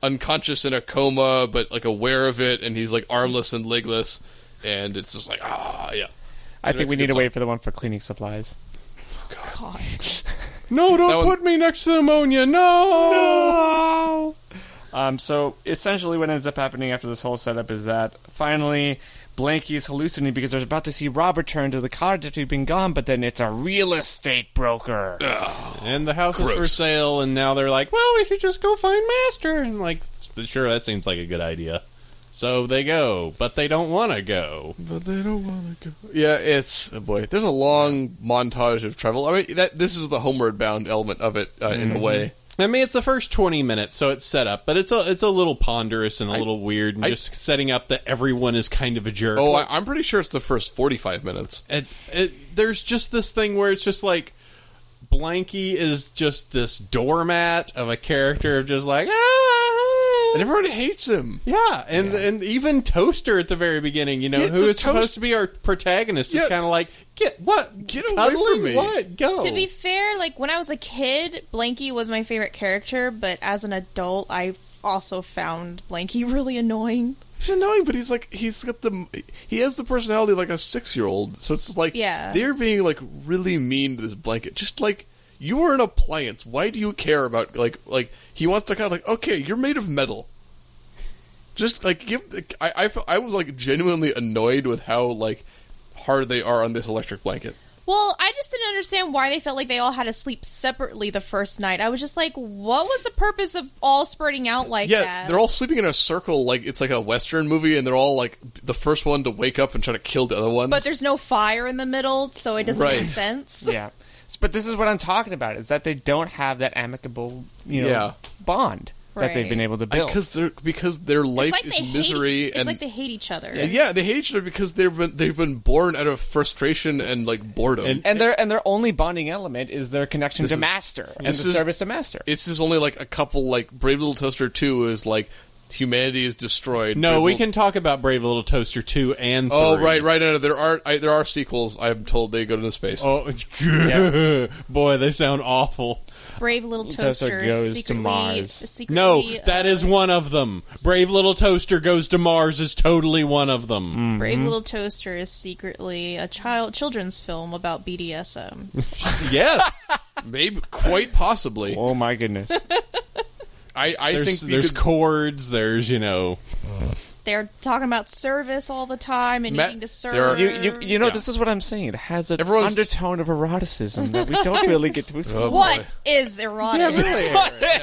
unconscious in a coma but like aware of it and he's like armless and legless and it's just like ah yeah
I think
That's a
we need
good
to wait for the one for cleaning supplies.
God.
No,
That
don't
one-
put me next to ammonia. No.
Um, so essentially, what ends up happening after this whole setup is that finally Blanky is hallucinating because they're about to see Rob return to the cottage after he'd been gone, but then it's a real estate broker.
And the house is for
Gross.
sale, and now they're like, well, we should just go find Master. And, like, th- sure, that seems like a good idea. So they go, but they don't want to go.
but they don't want to go yeah it's oh boy there's a long montage of travel I mean that this is the homeward bound element of it uh, in a way
I mean, it's the first 20 minutes, so it's set up, but it's a, it's a little ponderous and a little weird, and
I-
just setting up that everyone is kind of a jerk.
oh I, I'm pretty sure it's the first forty five minutes
it, it, there's just this thing where it's just like Blanky is just this doormat of a character of just like, ah.
and everyone hates him
Yeah, and and even Toaster at the very beginning, you know,
Yeah,
who
the
is
Toast-
supposed to be our protagonist,
Yeah.
is kind of like, get what,
Get away
Cuddling?
from me."
what, go.
To be fair, like when I was a kid, Blanky was my favorite character, but as an adult, I also found Blanky really annoying.
He's annoying, but he's like he's got the he has the personality of like a six year old. So it's just like
Yeah.
they're being like really mean to this blanket. Just like you are an appliance. Why do you care about like like he wants to kind of like okay, you're made of metal. Just like give I I, felt- I was like genuinely annoyed with how like hard they are on this electric blanket.
Well, I just didn't understand why they felt like they all had to sleep separately the first night. I was just like, what was the purpose of all spreading out like
yeah,
that?
they're all sleeping in a circle like it's like a western movie, and they're all like the first one to wake up and try to kill the other ones.
but there's no fire in the middle, so it doesn't
Right.
make sense.
yeah. S- But this is what I'm talking about: is that they don't have that amicable, you know,
Yeah.
bond that they've
Right.
been able to build.
because they're because their life
It's like they
is misery
hate, it's
and
like they hate each other.
And Yeah, they hate each other because they've been they've been born out of frustration and like boredom.
And-
and their and their only bonding element is their connection
This
to
is-
master and the
this is-
service to master.
it's just only like a couple like Brave Little Toaster Two is like humanity is destroyed.
no,
Brave
we
Little-
can talk about Brave Little Toaster two and
Oh
three.
right, right. No, no, there are I, there are sequels. I'm told they go to space.
Oh, boy, they sound awful.
Brave little toaster,
Toaster goes to
secretly,
Mars.
secretly,
No,
uh,
that is one of them. Brave Little Toaster goes to Mars is totally one of them.
Mm-hmm.
Brave little toaster is secretly a child children's film about BDSM.
Mm.
Yes,
Maybe quite possibly.
Oh my goodness!
I I
there's
think you
there's
could-
chords. There's you know
they're talking about service all the time and
Ma-
needing to
there
serve.
are-
You, you, you know,
Yeah.
this is what I'm saying. It has an
Everyone's-
undertone of eroticism that we don't really get to explore.
what is erotic?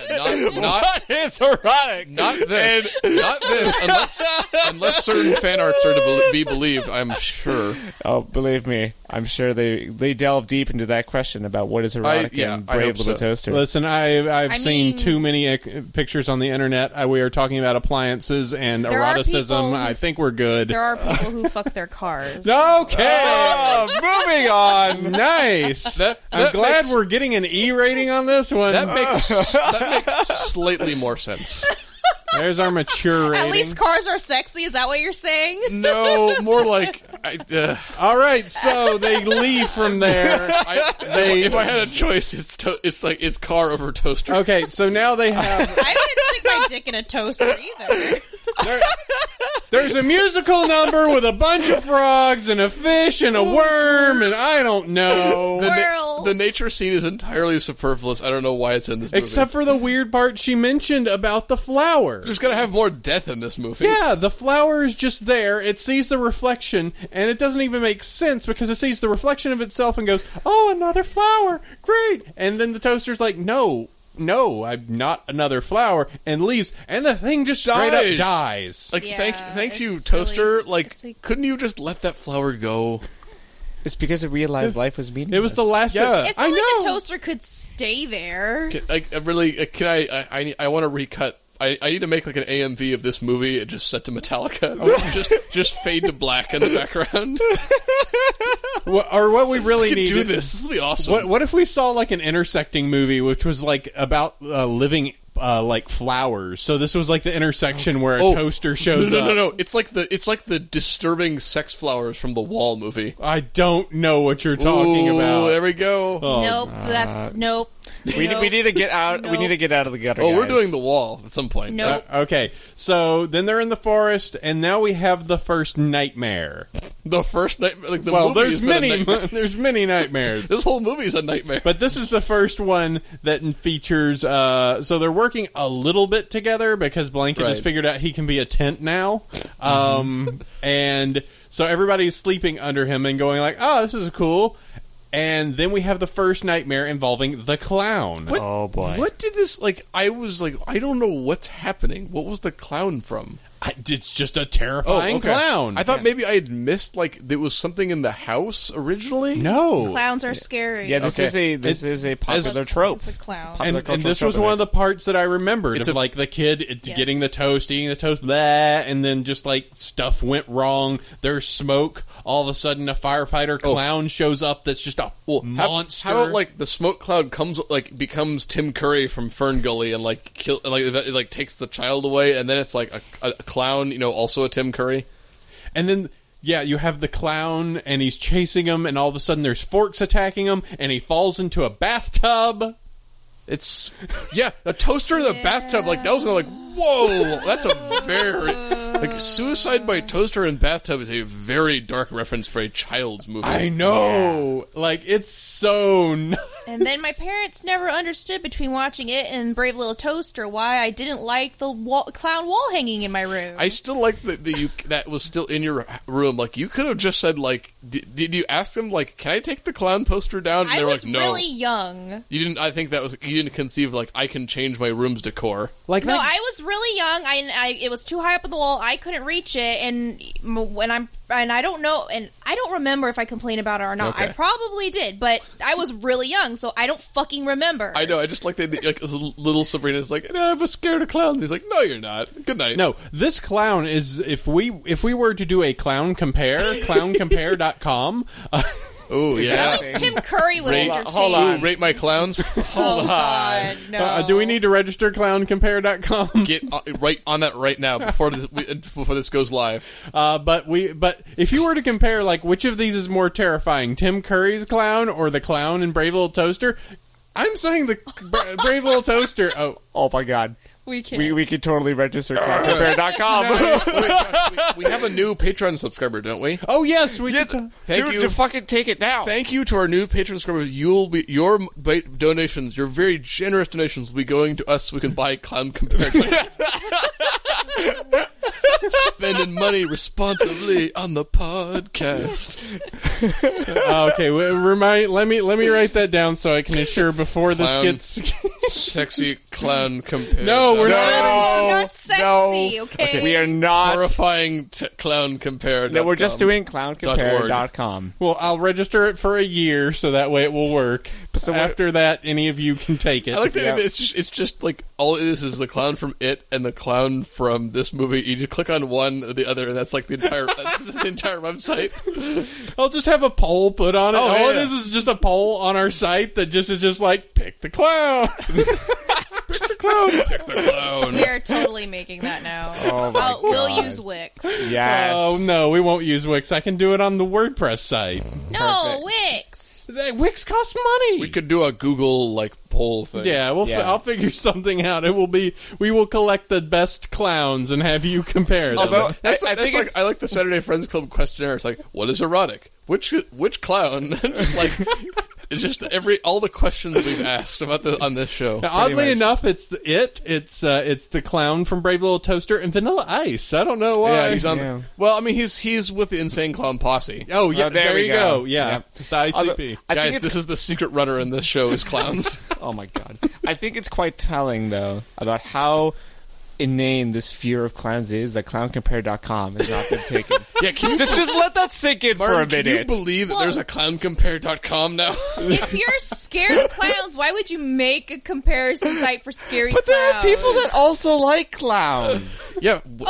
Not, not,
it's erotic.
not this. not this. Unless, unless certain fan arts are to be- be believed, I'm sure.
Oh, believe me, I'm sure they they delve deep into that question about what is erotic
yeah,
and
I hope
brave little
so.
toaster.
Listen, I, I've
I
seen
mean-
too many ec- pictures on the internet. Uh, we are talking about appliances and
There are people
eroticism.
who-
I think we're good.
There are people who fuck their cars.
Okay.
moving on.
nice.
That-
I'm
that
glad
makes-
we're getting an E rating on this one.
That makes that makes slightly more sense.
There's our mature rating.
At least cars are sexy. Is that what you're saying?
No, more like I, uh,
All right, so they leave from there.
I, if I had a choice, it's to, it's like it's car over toaster.
Okay, so now they have.
I wouldn't stick my dick in a toaster either.
there- there's a musical number with a bunch of frogs and a fish and a worm, and I don't know.
The, na-
Well.
the nature scene is entirely superfluous. I don't know why it's in this movie.
Except for the weird part she mentioned about the flower.
there's gonna have more death in this movie.
Yeah, the flower is just there. It sees the reflection, and it doesn't even make sense because it sees the reflection of itself and goes, "Oh, another flower! Great!" And then the toaster's like, "No, no, I'm not another flower," and leaves. And the thing just straight
Dies.
up dies.
Like
Yeah,
thank thank you,
it's
toaster.
really s-
like,
it's like-
couldn't you just let that flower go?
It's because it realized life was meaningless.
It was the last.
Yeah.
It's
I
not like the
know.
toaster could stay there.
Can- Like I really, uh, can I? I I, need- I want to recut. I, I need to make like an AMV of this movie and just set to Metallica.
Oh.
just just fade to black in the background.
Wha- or what we really
We could
need
do this. This would be awesome.
What What if we saw like an intersecting movie, which was like about uh, living. Uh, like flowers, so this was like the intersection where a
Oh.
toaster
No,
shows
no,
up.
no, no! It's like the it's like the disturbing sex flowers from the Wall movie.
I don't know what you're talking
Ooh,
about.
There we go. Oh,
nope, that's nope.
we,
nope,
we need to get out. We
Nope.
need to get out of the gutter.
Oh, we're
guys.
doing the Wall at some point.
Nope.
Okay, so then they're in the forest, and now we have the first nightmare.
The first night, like the
Well,
movie
there's
has been a
many,
nightmare.
there's many nightmares,
This whole movie is a nightmare.
but this is the first one that features. Uh, so they're working a little bit together because Blanket has
Right. Mm-hmm.
figured out he can be a tent now, um, and so everybody's sleeping under him and going like, "Oh, this is cool." And then we have the first nightmare involving the clown.
What-
Oh, boy.
What did this like? I was like, I don't know what's happening. What was the clown from? Oh,
I- It's just a terrifying clown.
I thought maybe I had missed like there was something in the house originally.
no
Clowns are scary.
Yeah, this
Okay.
is a this
It-
is a
That's-
popular trope.
It's a clown.
Pop-
and,
Popular
and
cultural
this was
trope,
one
I
of the parts that I remembered.
It's
of
a-
like the kid it-
Yes.
getting the toast, eating the toast, blah, and then just like stuff went wrong. There's smoke. All of a sudden, a firefighter
Oh.
clown shows up. That's just a
Well, how-
monster.
How, about like the smoke cloud comes like becomes Tim Curry from Fern Gully and like kill and, like it, like takes the child away and then it's like a, a clown, you know, also a Tim Curry.
and then. Yeah, you have the clown, and he's chasing him, and all of a sudden there's forks attacking him, and he falls into a bathtub.
It's yeah, a toaster in the bathtub. Like that was like whoa, that's a very like suicide by toaster in bathtub is a very dark reference for a child's movie.
I know, like it's so. n-
And then my parents never understood between watching it and Brave Little Toaster why I didn't like the wall, clown wall hanging in my room.
I still like that that you that was still in your room. Like you could have just said like, did, did you ask them like, can I take the clown poster down? And
I
they were
was
like, no.
really young.
You didn't. I think that was you didn't conceive like I can change my room's decor.
Like
No,
that
I was really young. I, I it was too high up on the wall. I couldn't reach it, and m- when I'm and I don't know, and I don't remember if I complained about it or not. I
Okay.
probably did, but I was really young, so I don't fucking remember.
I know. I just like that. Like this little Sabrina's like, "Nah, I'm scared of clowns. He's like, no, you're not. Good night.
No, this clown is if we if we were to do a clown compare, clowncompare.com, uh,
Oh
At
yeah.
least Tim Curry was
Rate-
entertained.
hold on.
Ooh, rate my clowns.
Oh, God, no.
uh, do we need to register clowncompare.com?
Get uh, right on that right now before this we, before this goes live.
Uh but we but if you were to compare like which of these is more terrifying, Tim Curry's clown or the clown in Brave Little Toaster? I'm saying the Bra- Brave Little Toaster. Oh,
Oh my god.
We can.
We, we could totally register clockcompare.com.
We have a new Patreon subscriber, don't we?
oh yes, we did.
Thank
Dude,
you.
to fucking take it now.
Thank you to our new patron subscribers. You'll be your ba- donations, your very generous donations, will be going to us. so We can buy clown compared. Spending money responsibly on the podcast.
uh, okay, well, remind. Let me let me write that down so I can ensure before this
Clown.
gets.
Sexy clown compare.
No, we're not
No, not sexy, okay?
We are not.
horrifying t- clown compare.
No, we're just doing
org.
clowncompare.com.
Well, I'll register it for a year so that way it will work.
So what-
after that, any of you can take it.
I like that
Yeah.
idea. it's just it's just like all it is is the clown from it and the clown from this movie. You just click on one or the other, and that's like the entire that's the entire website.
I'll just have a poll put on it.
Oh,
All it
yeah.
is is just a poll on our site that just is just like pick the clown.
Pick the clown.
We are totally making that now.
Oh my
I'll- We'll
God.
use Wix.
Yes.
Oh no, we won't use Wix. I can do it on the WordPress site.
No, Wix.
Is that- Wix costs money.
We could do a Google like poll thing.
yeah, we'll F-
Yeah.
I'll figure something out. It will be we will collect the best clowns and have you compare them.
Although-
That's,
I- I
like- that's
think
like
it's-
I like the Saturday Friends Club questionnaire. It's like, what is erotic? Which which clown? just like it's just every all the questions we've asked about the on this show.
Now, oddly
much.
enough, it's the it, it's uh, it's the clown from Brave Little Toaster and Vanilla Ice. I don't know why.
Yeah, he's on.
Yeah.
Well, I mean, he's he's with the insane clown posse.
oh yeah,
Oh,
there, we go. Yeah,
Yep.
the ICP.
I
Guys,
think
this
it's,
is the secret runner in this show is clowns.
oh my god. I think it's quite telling though about how inane this fear of clowns is that clowncompare.com has not been taken.
yeah, can you
just just let that sink in for a
Martin, can you
minute.
believe that there's a clowncompare.com now?
If you're scared of clowns, why would you make a comparison site for scary
but there are
clowns?
people that also like clowns.
yeah, w-
Okay, well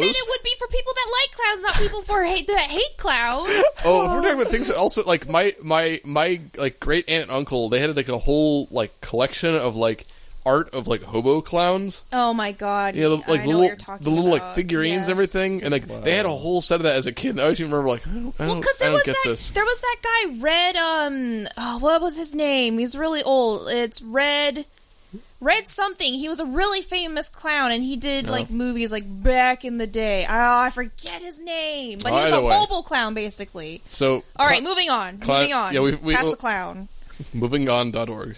then
psychos.
it would be for people that like clowns, not people for hate that hate clowns.
Oh, if we're talking about things that also like my my my like great aunt and uncle, they had like a whole like collection of like art of like hobo clowns.
Oh my god!
Yeah, the, like
I know what
little
you're talking
the little like
about.
figurines,
Yes.
and everything, and like they had a whole set of that as a kid. And I always remember like I don't, I
Well,
don't,
because
I
there
don't
was
get
that
this.
there was that guy Red. Um, oh, what was his name? He's really old. It's Red. Red something. He was a really famous clown, and he did like movies like back in the day. Oh, I forget his name, but
Well,
he was a
either way.
mobile clown basically.
So
All right, moving on.
clown-
moving on.
yeah, we- we-
Past the clown.
moving on dot org.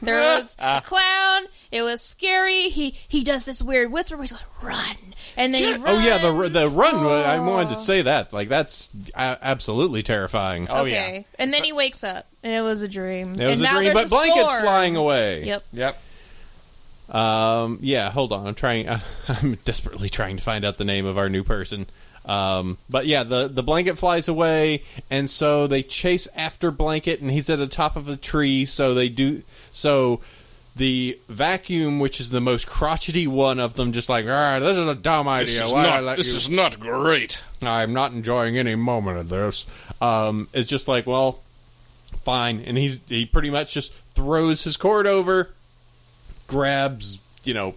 There was a clown. It was scary. He he does this weird whisper where he's like, "Run," and then he
Oh
runs. Oh.
yeah, the the run. wa- I
Aw.
wanted to say that. Like that's uh, absolutely terrifying.
Oh, yeah.
okay, and then he wakes up, and it was a dream.
It was
and
a
now
dream, but
there's
blankets
storm.
flying away.
Yep.
Yep.
Um, yeah, hold on. I'm trying. I'm desperately trying to find out the name of our new person. Um, but yeah, the the blanket flies away, and so they chase after blanket, and he's at the top of a tree. So they do. So the vacuum, which is the most crotchety one of them, just like, all right, this is a dumb idea. Why did I let you
not great.
I'm not enjoying any moment of this. Um, it's just like, well, fine. And he's he pretty much just throws his cord over, grabs, you know,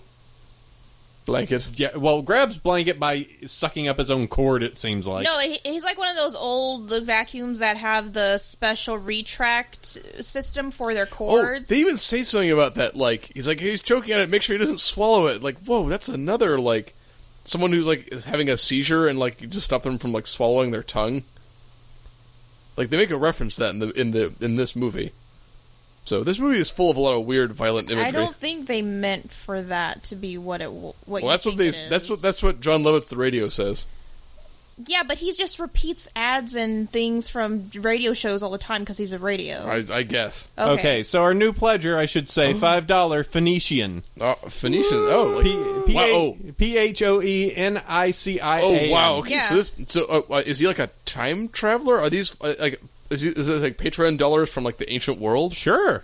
Blanket.
yeah, well, grabs blanket by sucking up his own cord. It seems like
no, he, he's like one of those old vacuums that have the special retract system for their
Oh,
cords.
they even say something about that. Like he's like he's choking on it. Make sure he doesn't swallow it. Like whoa, that's another like someone who's like is having a seizure and like you just stop them from like swallowing their tongue. Like they make a reference to that in the in the in this movie. So this movie is full of a lot of weird violent imagery.
I don't think they meant for that to be what it w- what.
well,
you
that's what
think
they
it is.
that's what that's what John Lovitz the radio says.
yeah, but he just repeats ads and things from radio shows all the time because he's a radio.
I, I guess.
Okay.
so our new pledger, I should say, five dollar Phoenician,
Oh, Phoenician. Oh, like,
P P
wow.
A-
Oh,
P H O E N I C I
Oh,
A.
wow. Okay,
Yeah.
so this so uh, uh, is he like a time traveler? Are these uh, like is, he, is this like Patreon dollars from like the ancient world?
sure.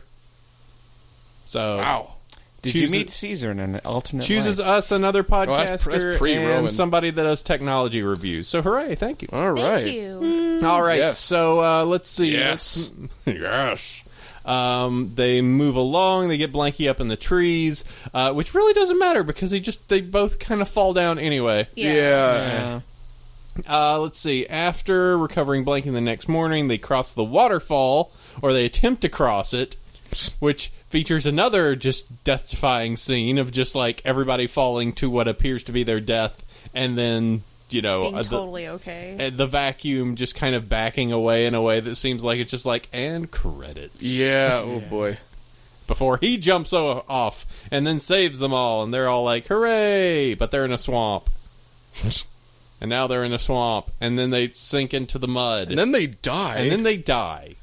So
Wow.
Did
Choose
you meet
it.
Caesar in an alternate
chooses
life?
us another podcaster
that's- that's pre-Roman.
and somebody that does technology reviews. So hooray! Thank you.
All
Thank
right.
you.
All right,
Yes.
so uh, let's see.
Yes.
Let's- yes. Um, they move along. They get Blanky up in the trees, uh, which really doesn't matter because he just they both kind of fall down anyway.
Yeah.
Yeah.
Uh, let's see. After recovering Blanky the next morning, they cross the waterfall, or they attempt to cross it, which features another just death-defying scene of just like everybody falling to what appears to be their death, and then you know
Being
uh, the-
totally okay.
and the vacuum just kind of backing away in a way that seems like it's just like and credits
Yeah. Oh boy.
before he jumps o- off and then saves them all and they're all like hooray but they're in a swamp and now they're in a swamp, and then they sink into the mud,
and then they die.
and then they die.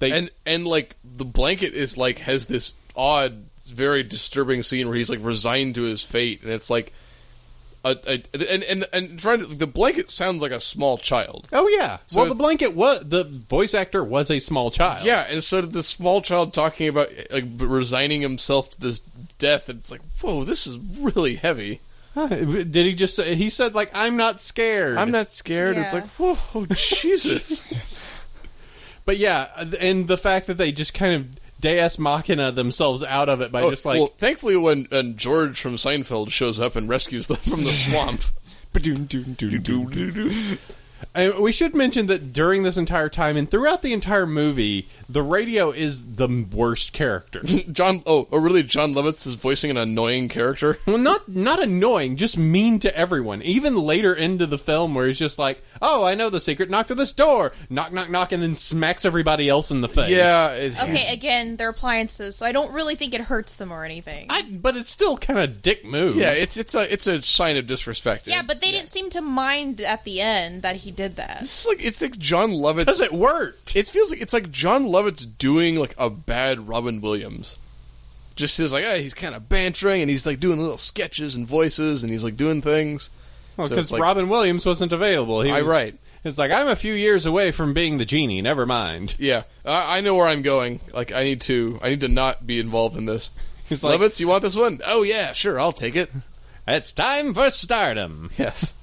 They
and and like the blanket is like has this odd, very disturbing scene where he's like resigned to his fate, and it's like, a, a, and and and trying to the blanket sounds like a small child.
oh yeah.
So
well, the
it's-
blanket was the voice actor was a small child.
Yeah, and so the small child talking about like resigning himself to this death, and it's like, whoa, this is really heavy.
Huh, Did he just say he said like I'm not scared?
I'm not scared. It's
Yeah.
like, whoa, oh, Jesus.
But yeah, and the fact that they just kind of deus machina themselves out of it by
Oh,
just like
well, thankfully, when, when George from Seinfeld shows up and rescues them from the swamp,
And we should mention that during this entire time and throughout the entire movie, the radio is the worst character.
John, oh, oh, really? John Lovitz is voicing an annoying character.
well, not not annoying, just mean to everyone. Even later into the film, where he's just like, "Oh, I know the secret. Knock to this door. Knock, knock, knock," and then smacks everybody else in the face.
Yeah, it's,
Okay, again, they're appliances, so I don't really think it hurts them or anything.
I, but it's still kind of dick move.
yeah, it's it's a it's a sign of disrespect.
yeah, but they didn't seem to mind at the end that he did that.
this is like it's like John
because
Lovitz.
it worked.
It feels like it's like John Lovitz doing like a bad Robin Williams. Just his like, hey, he's kind of bantering and he's like doing little sketches and voices and he's like doing things.
Because
so it's like-
Robin Williams wasn't available. He
I
was-
right.
It's like I'm a few years away from being the genie. Never mind.
Yeah, I, I know where I'm going. Like, I need to, I need to not be involved in this.
He's like-
Lovitz, you want this one? Oh yeah, sure, I'll take it.
It's time for stardom.
Yes.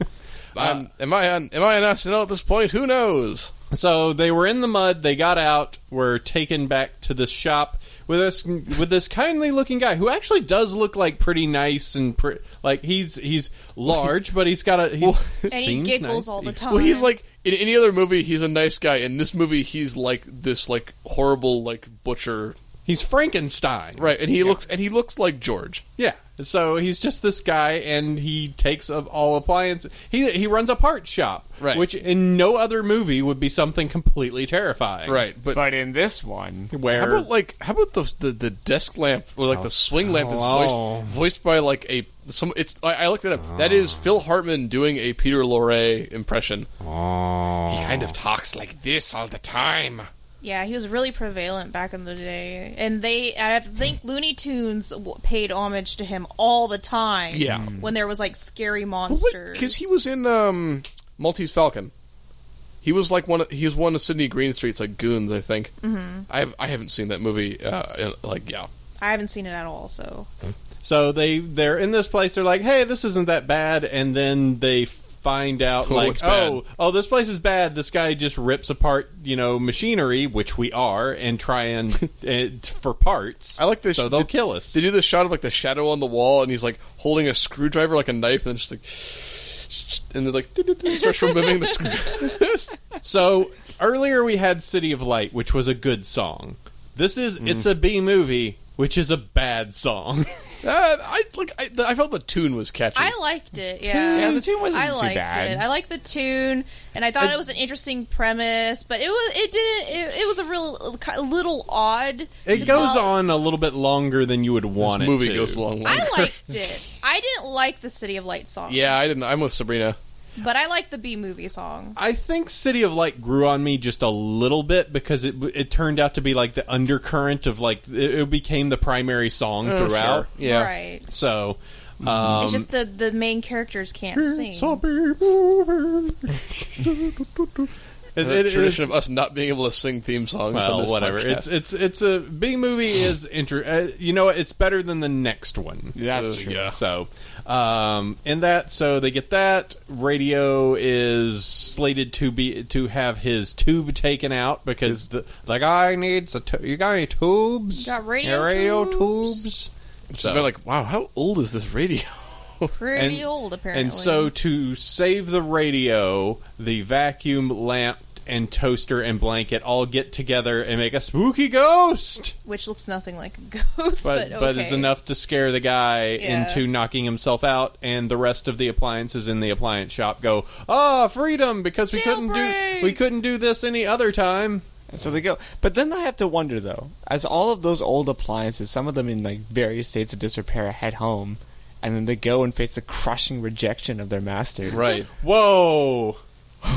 Uh,
I'm, am I on? Am I on SNL at this point? Who knows?
So they were in the mud. They got out. Were taken back to the shop with this with this kindly looking guy who actually does look like pretty nice and pre- like he's he's large, but he's got a he's,
And he
seems
giggles
nice.
all the time.
Well, he's like in any other movie, he's a nice guy. In this movie, he's like this like horrible like butcher,
He's Frankenstein,
right? And he looks and he looks like George.
Yeah. So he's just this guy, and he takes of all appliances. He he runs a part shop,
Right.
Which in no other movie would be something completely terrifying,
Right, but,
But in this one,
Where
how about like how about the the, the desk lamp or like the swing lamp that's
Oh.
voiced voiced by like a some it's I, I looked it up. That is Phil Hartman doing a Peter Lorre impression. He kind of talks like this all the time.
yeah, he was really prevalent back in the day, and they I think Looney Tunes w- paid homage to him all the time.
Yeah.
when there was like scary monsters.
Because he was in um, Maltese Falcon. He was like one. Of, he was one of Sidney Greenstreet's like goons, I think. Mm-hmm. I have, I haven't seen that movie. Uh, in- like yeah,
I haven't seen it at all, so
So they they're in this place. They're like, hey, this isn't that bad, and then they find out
Oh,
like,
it's bad.
oh, oh, this place is bad. This guy just rips apart, you know, machinery, which we are, and try and, and for parts.
I like this.
So they'll
they-
kill us.
They do the shot of like the shadow on the wall, and he's like holding a screwdriver like a knife, and it's just like, and they're like starts removing the screw.
so earlier we had City of Light, which was a good song. This is
Mm.
it's a B movie, which is a bad song.
uh, I like. I, I felt the tune was catchy.
I liked it. Yeah,
Yeah, the tune wasn't
I
too
liked
bad.
it. I liked the tune, and I thought it was an interesting premise, but it was it didn't. It, it was a real a little odd.
It
to
goes
call-
on a little bit longer than you would want
this
it
movie
to.
goes long.
I
longer.
liked it. I didn't like the City of Light song.
Yeah, I didn't. I'm with Sabrina.
but I liked the B movie song.
I think City of Light grew on me just a little bit because it it turned out to be like the undercurrent of like it, it became the primary song
Uh,
throughout.
sure. Yeah.
right.
So um,
it's just the the main characters can't sing.
it's a big movie. It-
The
it- it-
tradition of us not being able to sing theme songs. on
well,
this
whatever.
podcast.
It's it's it's a B movie is inter- uh, You know, what? it's better than the next one.
That's true.
Yeah. So, um, in that, so they get that radio is slated to be to have his tube taken out because the the guy needs a tu- you got any tubes?
Got radio tubes?
So
So-
they're like, wow, how old is this radio?
Pretty
and-
old, apparently.
And so to save the radio, the vacuum lamp and toaster and blanket all get together and make a spooky ghost.
which looks nothing like a ghost,
but
but,
but,
okay.
it's enough to scare the guy
Yeah.
into knocking himself out, and the rest of the appliances in the appliance shop go, "Ah, freedom!" Because we couldn't
Jailbreak!
do we couldn't do this any other time.
And so they go. But then I have to wonder though, as all of those old appliances, some of them in like various states of disrepair, head home, and then they go and face the crushing rejection of their masters.
Right.
Whoa.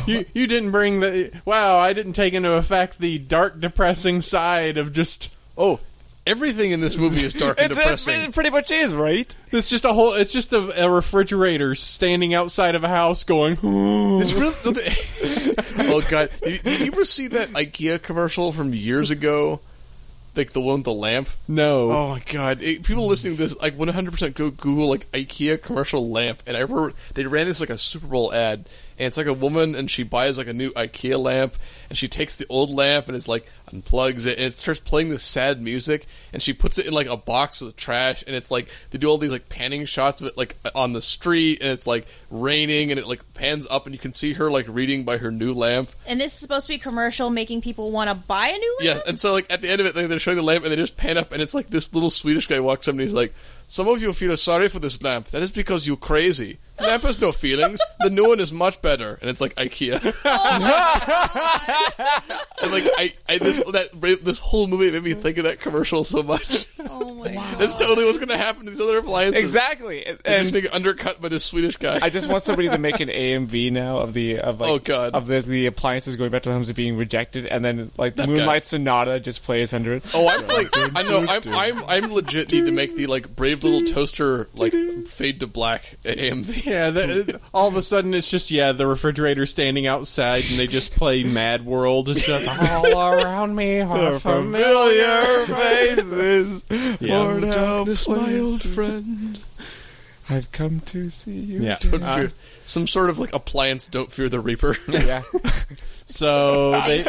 You you didn't bring the wow! I didn't take into effect the dark, depressing side of just
Oh, everything in this movie is dark and
It's, it,
depressing.
it pretty much is right.
it's just a whole it's just a, a refrigerator standing outside of a house going. "Hmm."
It's really- oh god! Did, did you ever see that IKEA commercial from years ago? Like the one with the lamp.
No,
Oh my god! It- people listening to this, like 100% go Google like IKEA commercial lamp. And I remember they ran this like a Super Bowl ad, and it's like a woman and she buys like a new IKEA lamp, and she takes the old lamp and it's like unplugs it, and it starts playing this sad music, and she puts it in like a box with trash, and it's like they do all these like panning shots of it like on the street, and it's like raining, and it like pans up, and you can see her like reading by her new lamp.
And this is supposed to be a commercial making people want to buy a new
Yeah,
lamp?
and so like at the end of it, like, they're showing the lamp, and they just pan up, and it's like this little Swedish guy walks up, and he's like, "Some of you feel sorry for this lamp. That is because you're crazy. The lamp has no feelings. The new one is much better." And it's like IKEA. and like I, I this that this whole movie made me think of that commercial so much.
Oh my god.
That's totally what's going to happen to these other appliances.
Exactly. And,
They're just getting undercut by this Swedish guy.
I just want somebody to make an AMV now of the of like
Oh, God.
of the, the appliances going back to the homes of being rejected, and then like
That
Moonlight Sonata just plays under it.
Oh, I'm like, I know, I'm, I'm, I'm legit need to make the like brave little toaster like fade to black AMV.
Yeah, that, all of a sudden it's just yeah, the refrigerator standing outside, and they just play Mad World. It's just all around me are familiar faces.
Oh, darkness, my old friend.
I've come to see you.
Yeah. Uh,
Don't fear. Uh, Some sort of like appliance. Don't fear the Reaper.
yeah.
So they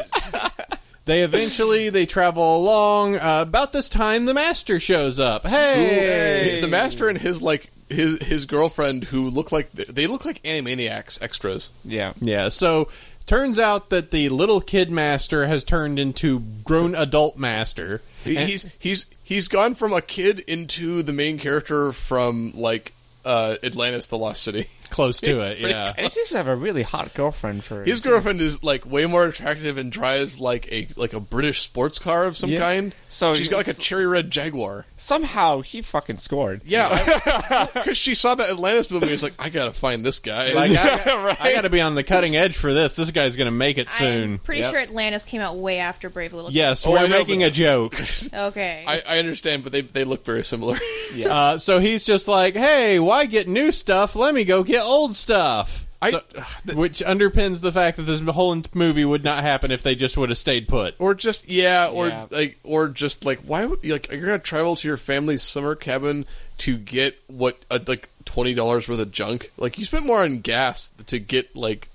they eventually they travel along. Uh, about this time, the master shows up. Hey,
The master and his like his his girlfriend who look like they look like Animaniacs extras.
Yeah.
yeah. So turns out that the little kid master has turned into grown adult master.
He, he's he's he's gone from a kid into the main character from like uh, Atlantis: The Lost City.
Close to it,
It's pretty
yeah.
And he seems to have a really hot girlfriend for
His girlfriend is like way more attractive and drives like a like a British sports car of some
Yeah.
kind.
So
she's got like a cherry red Jaguar.
Somehow he fucking scored.
Yeah, because she saw that Atlantis movie. It's like I gotta find this guy.
Like, I, I got to be on the cutting edge for this. This guy's going to make it soon.
I'm pretty sure Atlantis came out way after Brave Little
Yes,
Oh, I
we're
know,
making
but-
a joke.
Kids. Okay.
I, I understand, but they, they look very similar.
Uh, so he's just like, "Hey, why get new stuff? Let me go get old stuff."
I-
So- which underpins the fact that this whole ent- movie would not happen if they just would have stayed put.
or just yeah, or
Yeah.
like or just like why would like you're gonna travel to your family's summer cabin to get what uh, like twenty dollars worth of junk? Like you spent more on gas to get like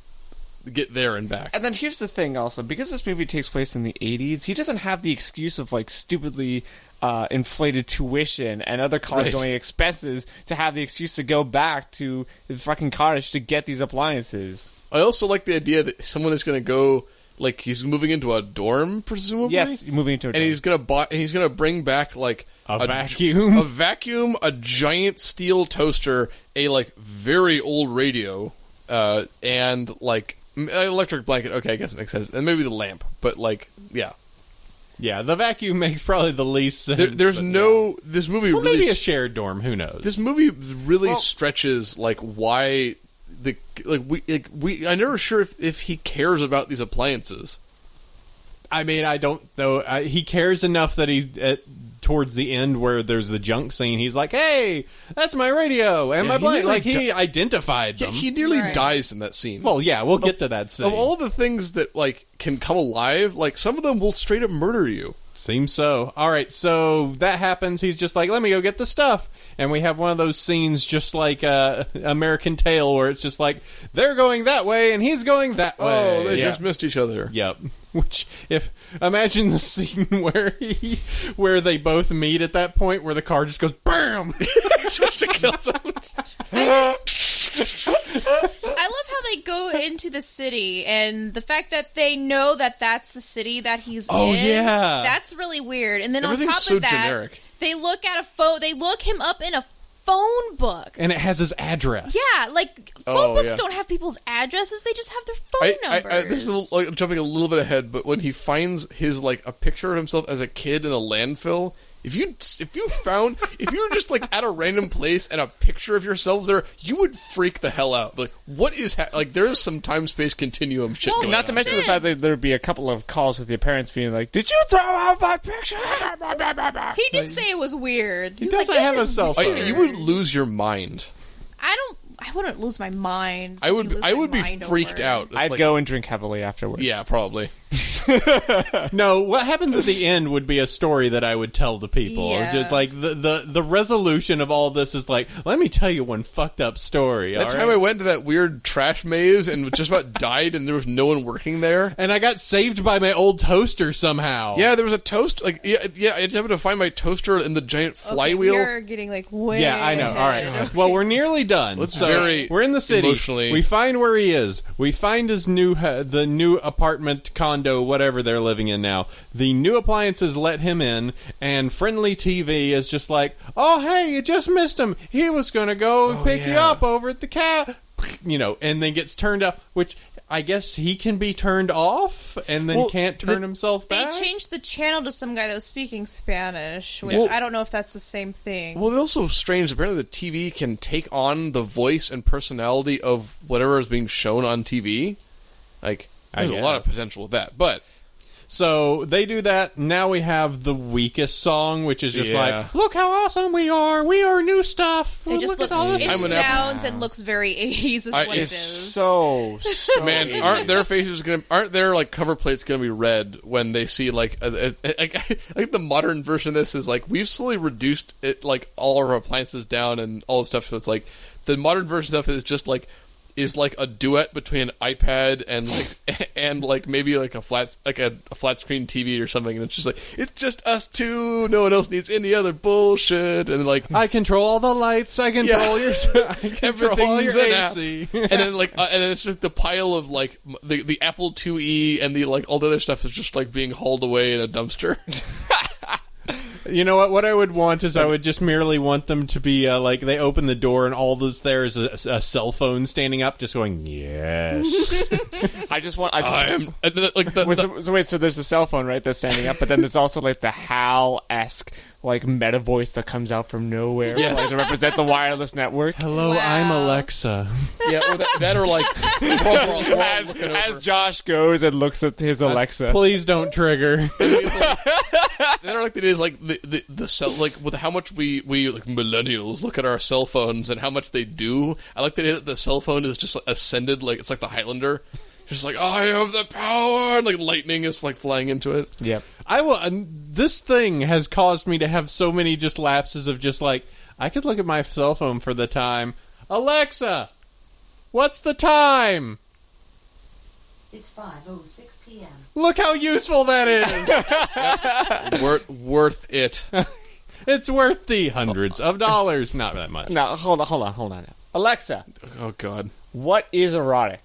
get there and back.
And then here's the thing also, because this movie takes place in the 80s, he doesn't have the excuse of like stupidly uh, inflated tuition and other college going expenses to have the excuse to go back to the fucking cottage to get these appliances.
I also like the idea that someone is gonna go like he's moving into a dorm presumably.
Yes, moving into a
and he's gonna buy and he's gonna bring back like
A vacuum.
a vacuum, a giant steel toaster, a like very old radio, uh, and like m- an electric blanket. Okay, I guess it makes sense, and maybe the lamp, but like yeah,
Yeah, the vacuum makes probably the least sense.
there, there's
but-
no this movie
Well,
really
maybe a
s-
shared dorm. Who knows?
this movie really stretches like why the like we like we I'm never sure if if he cares about these appliances.
I mean, I don't though. I, he cares enough that he's at, towards the end where there's the junk scene. He's like, "Hey, that's my radio and
Yeah,
my
he
blank."
nearly
Like he identified
Yeah,
them.
he nearly
Right.
dies in that scene.
well, yeah, we'll get to that scene.
of all the things that like can come alive, like some of them will straight up murder you.
Seems so. All right, so that happens. He's just like, let me go get the stuff. And we have one of those scenes just like uh, American Tale where it's just like, they're going that way and he's going that way.
Oh, they
yeah.
just missed each other.
Yep. Which, if imagine the scene where he, where they both meet at that point, where the car just goes bam.
just to kill someone.
I just. I love how they go into the city and the fact that they know that that's the city that he's
Oh,
in.
yeah.
That's really weird. And then on
Everything's
top
so
of that,
generic.
they look at a phone. They look him up in a phone book.
and it has his address.
Yeah, like phone
Oh,
books
yeah.
don't have people's addresses; they just have their phone
I, I,
numbers.
I, this is like, jumping a little bit ahead, but when he finds his like a picture of himself as a kid in a landfill, If you if you found if you were just like at a random place and a picture of yourselves there, you would freak the hell out. Like, what is ha- like? There is some time space continuum shit
Well,
going
Not to
on.
mention the
Sin.
fact that there'd be a couple of calls with your parents being like, "Did you throw out my picture?"
He did say it was weird. He, was
doesn't
like, this
have a
is
cell phone.
I-
weird.
you would lose your mind.
I don't. I wouldn't lose my mind.
I would.
Lose
I
my
would be
mind
freaked
over.
out. It's
I'd
like-
go and drink heavily afterwards.
Yeah, probably.
No, what happens at the end would be a story that I would tell the people.
Yeah.
Just like the, the the resolution of all this is like, let me tell you one fucked up story.
That
all
time
right?
I went to that weird trash maze and just about died, and there was no one working there.
and I got saved by my old toaster somehow.
Yeah, there was a toast. Like, yeah, yeah, I just happened to find my toaster in the giant
Okay,
flywheel.
You're getting like way.
Yeah, I know. All
ahead.
right. Well, we're nearly done.
Let's
so
very
we're in the city.
emotionally-
We find where he is. We find his new uh, the new apartment condo, whatever they're living in now. The new appliances let him in, and friendly TV is just like, "Oh, hey, you just missed him. He was going to go and pick you
yeah.
up over at the cat." You know, and then gets turned up, which I guess he can be turned off, and then
Well,
can't turn
they-
himself
They
back.
changed the channel to some guy that was speaking Spanish, which
Well-
I don't know if that's the same thing.
Well, it's also strange. Apparently, the TV can take on the voice and personality of whatever is being shown on TV. Like,
I
there's a
guess.
lot of potential with that. But
So they do that. Now we have the weakest song, which is just
Yeah.
like, "Look how awesome we are! We are new stuff.
it just
look
looks.
at all this."
It
I'm an app-
sounds and looks very 80s. Is
I-
what it
It's
is.
so, so
man,
easy.
aren't their faces gonna? Aren't their like cover plates gonna be red when they see like? A, a, a, like the modern version of this is like we've slowly reduced it like all of our appliances down and all the stuff. So it's like the modern version stuff is just like is like a duet between an iPad and like and like maybe like a flat like a, a flat screen TV or something. And it's just like it's just us two. No one else needs any other bullshit. And like
I control all the lights. I control your. I control all your
Everything's an app.
AC.
and then like, uh, and then it's just the pile of like m- the the Apple IIe and the like all the other stuff is just like being hauled away in a dumpster.
you know what? What I would want is I would just merely want them to be uh, like they open the door and all that's there is a, a cell phone standing up, just going yes.
I just want. I just.
I am and the, like the,
Wait,
the-
so, so wait, so there's the cell phone right that's standing up, but then there's also like the Hal esque like meta voice that comes out from nowhere
Yes.
like, to represent the wireless network.
Hello,
Wow.
I'm Alexa.
yeah or that, that or like while we're all- we're all
As,
looking over.
as Josh goes and looks at his Alexa,
Please don't trigger.
That or like it is like the, the the cell like with how much we we like millennials look at our cell phones and how much they do. I like the idea that the cell phone is just like, ascended like it's like the Highlander. Just like I have the power, and like lightning is like flying into it.
yep.
I will. and this thing has caused me to have so many just lapses of just like I could look at my cell phone for the time. Alexa, what's the time?
It's 5.06 p.m.
Look how useful that is.
Worth worth it.
it's worth the hundreds of dollars. Not that much.
Now hold on, hold on, hold on. Now. Alexa,
Oh God.
what is erotic?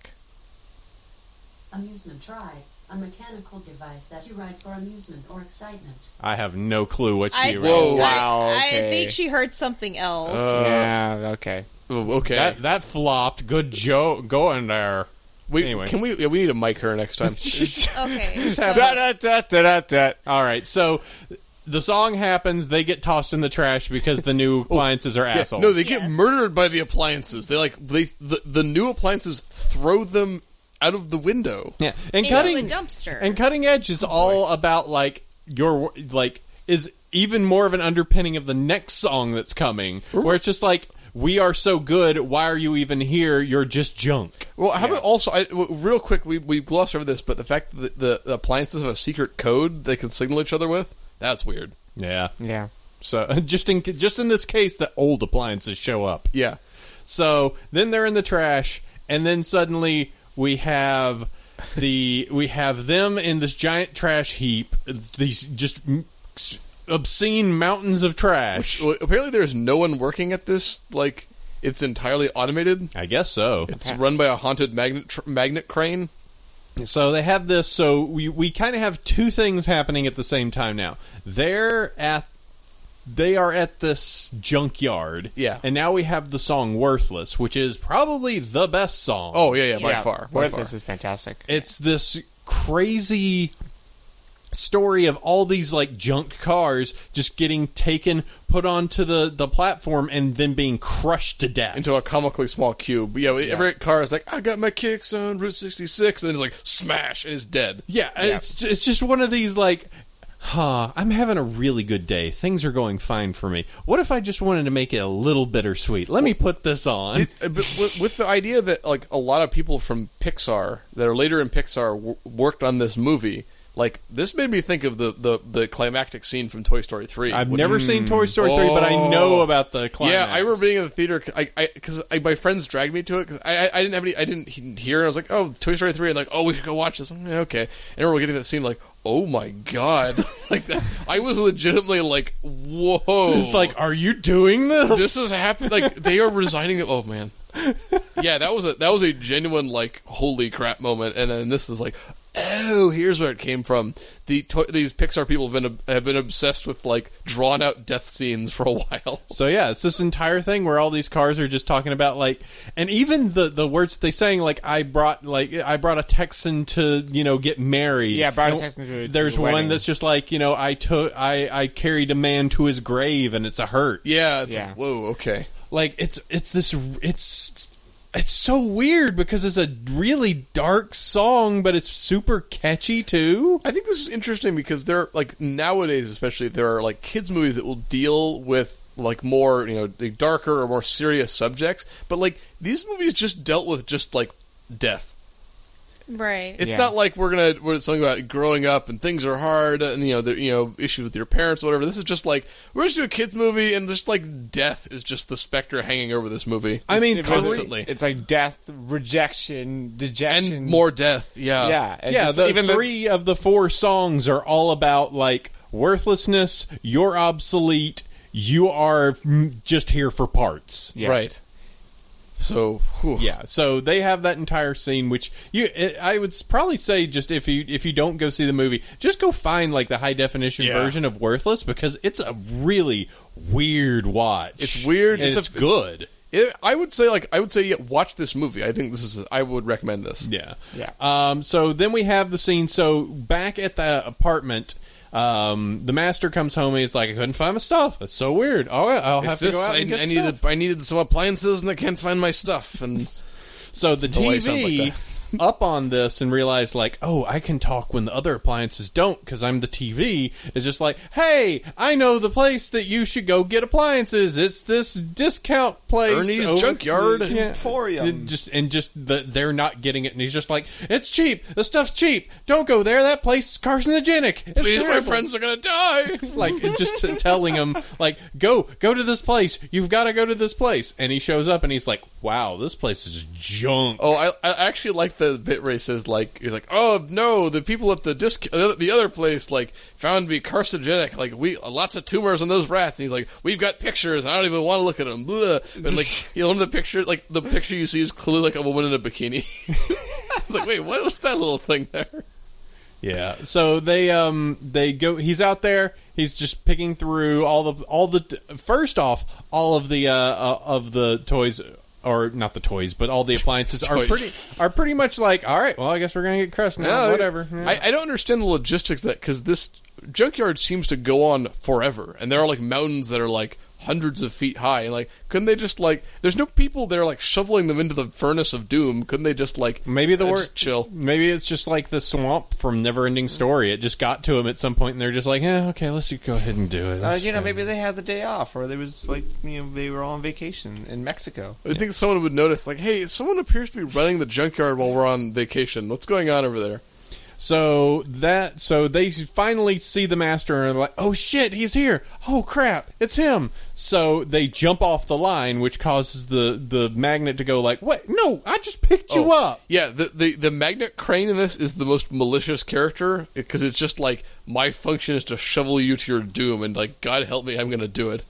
Amusement tried. A mechanical device that you ride for amusement or excitement.
I have no clue what
I,
she wrote.
Whoa.
I-
Wow,
I,
okay.
think she heard something else.
yeah, okay.
Oh, Okay.
That, that flopped. Good joke going there.
We,
Anyway.
Can we? Yeah, we need to mic her next time.
okay.
Da,
So,
da, da, da, da, da.
All right, so the song happens. They get tossed in the trash because the new appliances are
Oh. Yeah,
assholes.
no, they get
Yes.
murdered by the appliances. They like they the, the new appliances throw them out of the window.
yeah, and
into
cutting
a dumpster.
And cutting edge is all about like your like is even more of an underpinning of the next song that's coming, where it's just like we are so good. Why are you even here? You're just junk.
Well, how about also? I, w- real quick, we we glossed over this, but the fact that the, the appliances have a secret code they can signal each other with. That's weird.
Yeah.
Yeah.
So just in just in this case, the old appliances show up.
Yeah.
So then they're in the trash, and then suddenly we have the we have them in this giant trash heap. These just obscene mountains of trash.
Well, apparently, there's no one working at this. Like, it's entirely automated.
I guess so.
It's run by a haunted magnet tr- magnet crane.
So they have this. So we we kind of have two things happening at the same time now. They're at they are at this junkyard.
Yeah.
And now we have the song "Worthless," which is probably the best song.
Oh yeah, yeah, by
Yeah,
far, by
Worth
far.
this is fantastic.
it's this crazy story of all these like junked cars just getting taken, put onto the the platform, and then being crushed to death.
into a comically small cube. But yeah, every car is like, I got my kicks on Route 66, and then it's like, smash, and it's dead.
Yeah, it's ju- it's just one of these like, huh, I'm having a really good day. Things are going fine for me. What if I just wanted to make it a little bittersweet? Let me put this on.
Did- uh, but with, with the idea that like a lot of people from Pixar that are later in Pixar w- worked on this movie, like this made me think of the the, the climactic scene from Toy Story three.
I've
which-
never seen Toy Story three, but I know
Oh.
about the climax.
Yeah, I remember being in the theater. c- I because I, my friends dragged me to it because I, I I didn't have any I didn't he- hear. And I was like, oh, Toy Story three, and like, oh, we should go watch this. I'm like, okay, and we're getting that scene like, oh my god, like that. I was legitimately like, whoa,
It's like, are you doing this?
this is happening. Like they are resigning. Oh man, yeah, that was a that was a genuine like holy crap moment. And then this is like, oh, here's where it came from. The to- these Pixar people have been have been obsessed with like drawn out death scenes for a while.
So yeah, it's this entire thing where all these cars are just talking about like, and even the the words they sang like I brought like I brought a Texan to you know get married.
Yeah, I brought a
And
Texan to- to
There's
the
one
wedding.
that's just like you know I took I I carried a man to his grave and it's a hurt.
Yeah, it's
Yeah.
like whoa, okay.
like it's it's this it's it's so weird because it's a really dark song, but it's super catchy too.
I think this is interesting because there, like nowadays, especially there are like kids movies that will deal with like more you know the darker or more serious subjects, but like these movies just dealt with just like death.
Right.
It's
Yeah.
not like we're gonna we're something about growing up and things are hard and you know the, you know issues with your parents or whatever. This is just like we're just doing a kids movie and just like death is just the specter hanging over this movie.
I mean,
It's
three-
constantly.
It's like death, rejection, dejection,
and more death. Yeah,
Yeah, it
yeah,
just-
the
even the-
three of the four songs are all about like worthlessness. You're obsolete. You are mm, just here for parts.
Yeah.
right. So whew.
Yeah, so they have that entire scene, which you it, I would s- probably say just if you if you don't go see the movie, just go find like the high definition
Yeah.
version of Worthless because it's a really weird watch.
It's weird.
And
It's
it's,
a- it's-
good.
It- I would say like I would say yeah, watch this movie. I think this is I would recommend this.
Yeah.
Yeah.
Um, so then we have the scene. So back at the apartment, um, the master comes home and he's like, I couldn't find my stuff. That's so weird. Oh, I'll have
If
to go
this,
out
I,
and get
I
stuff.
needed I needed some appliances and I can't find my stuff and
So the
Delay sounds like
TV up on this and realize like, oh, I can talk when the other appliances don't because I'm the TV. Is just like, hey, I know the place that you should go get appliances. It's this discount place,
Ernie's Junkyard.
Emporium.
And Just and just the, they're not getting it, and he's just like, it's cheap. The stuff's cheap. Don't go there. That place is carcinogenic. It's
please, my
terrible."
friends are gonna die.
like it just t- telling him like go go to this place you've got to go to this place and he shows up and he's like wow this place is junk
Oh, I, I actually like the bit where he says like he's like, oh no, the people at the disc uh, the other place like found to be carcinogenic, like we lots of tumors on those rats. And he's like, we've got pictures. I don't even want to look at them. Blah. And like, you know, one of the pictures, like the picture you see is clearly like a woman in a bikini. It's like, wait, what was that little thing there?
Yeah. So they um they go. He's out there. He's just picking through all the all the first off all of the uh, uh of the toys or not the toys but all the appliances are
Toys.
pretty are pretty much like all right. Well, I guess we're gonna get crushed now.
No,
whatever.
Oh, I, I don't understand the logistics of that because this junkyard seems to go on forever, and there are like mountains that are like hundreds of feet high, and like couldn't they just like? There's no people there like shoveling them into the furnace of doom. Couldn't they just like
Maybe the
uh,
wor-
just chill?
Maybe it's just like the swamp from Neverending Story. It just got to him at some point, and they're just like, "Yeah, okay, let's just go ahead and do it."
Uh,
That's
you know,
fine."
maybe they had the day off, or there was like you know they were all on vacation in Mexico.
I think someone would notice, like, hey, someone appears to be running the junkyard while we're on vacation. What's going on over there?
So that so they finally see the master and are like, "Oh shit, he's here! Oh crap, it's him!" So they jump off the line, which causes the the magnet to go like, "What? No, I just picked you
Oh,
up."
Yeah, the, the the magnet crane in this is the most malicious character because it's just like my function is to shovel you to your doom, and like God help me, I'm going to do it.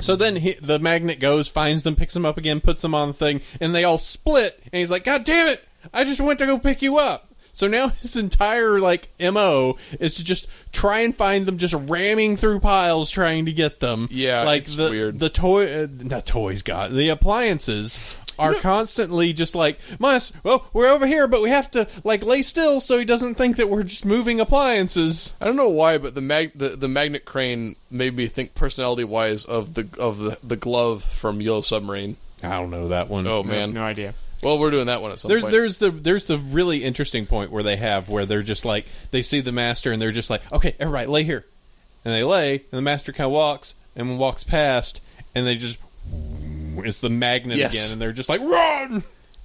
So then he, the magnet goes, finds them, picks them up again, puts them on the thing, and they all split. And he's like, "God damn it! I just went to go pick you up." So now his entire like mo is to just try and find them, just ramming through piles, trying to get them.
Yeah,
like
it's
the
weird.
the toy, uh, not toys, God, the appliances are constantly just like, Mas, well, we're over here, but we have to like lay still so he doesn't think that we're just moving appliances.
I don't know why, but the mag the, the magnet crane made me think personality wise of the of the, the glove from Yellow Submarine.
I don't know that one.
Oh man.
no idea.
Well, we're doing that one at some
There's
point.
there's the there's the really interesting point where they have where they're just like they see the master and they're just like, okay, everybody lay here, and they lay, and the master kind of walks and walks past, and they just it's the magnet
Yes.
again, and they're just like run.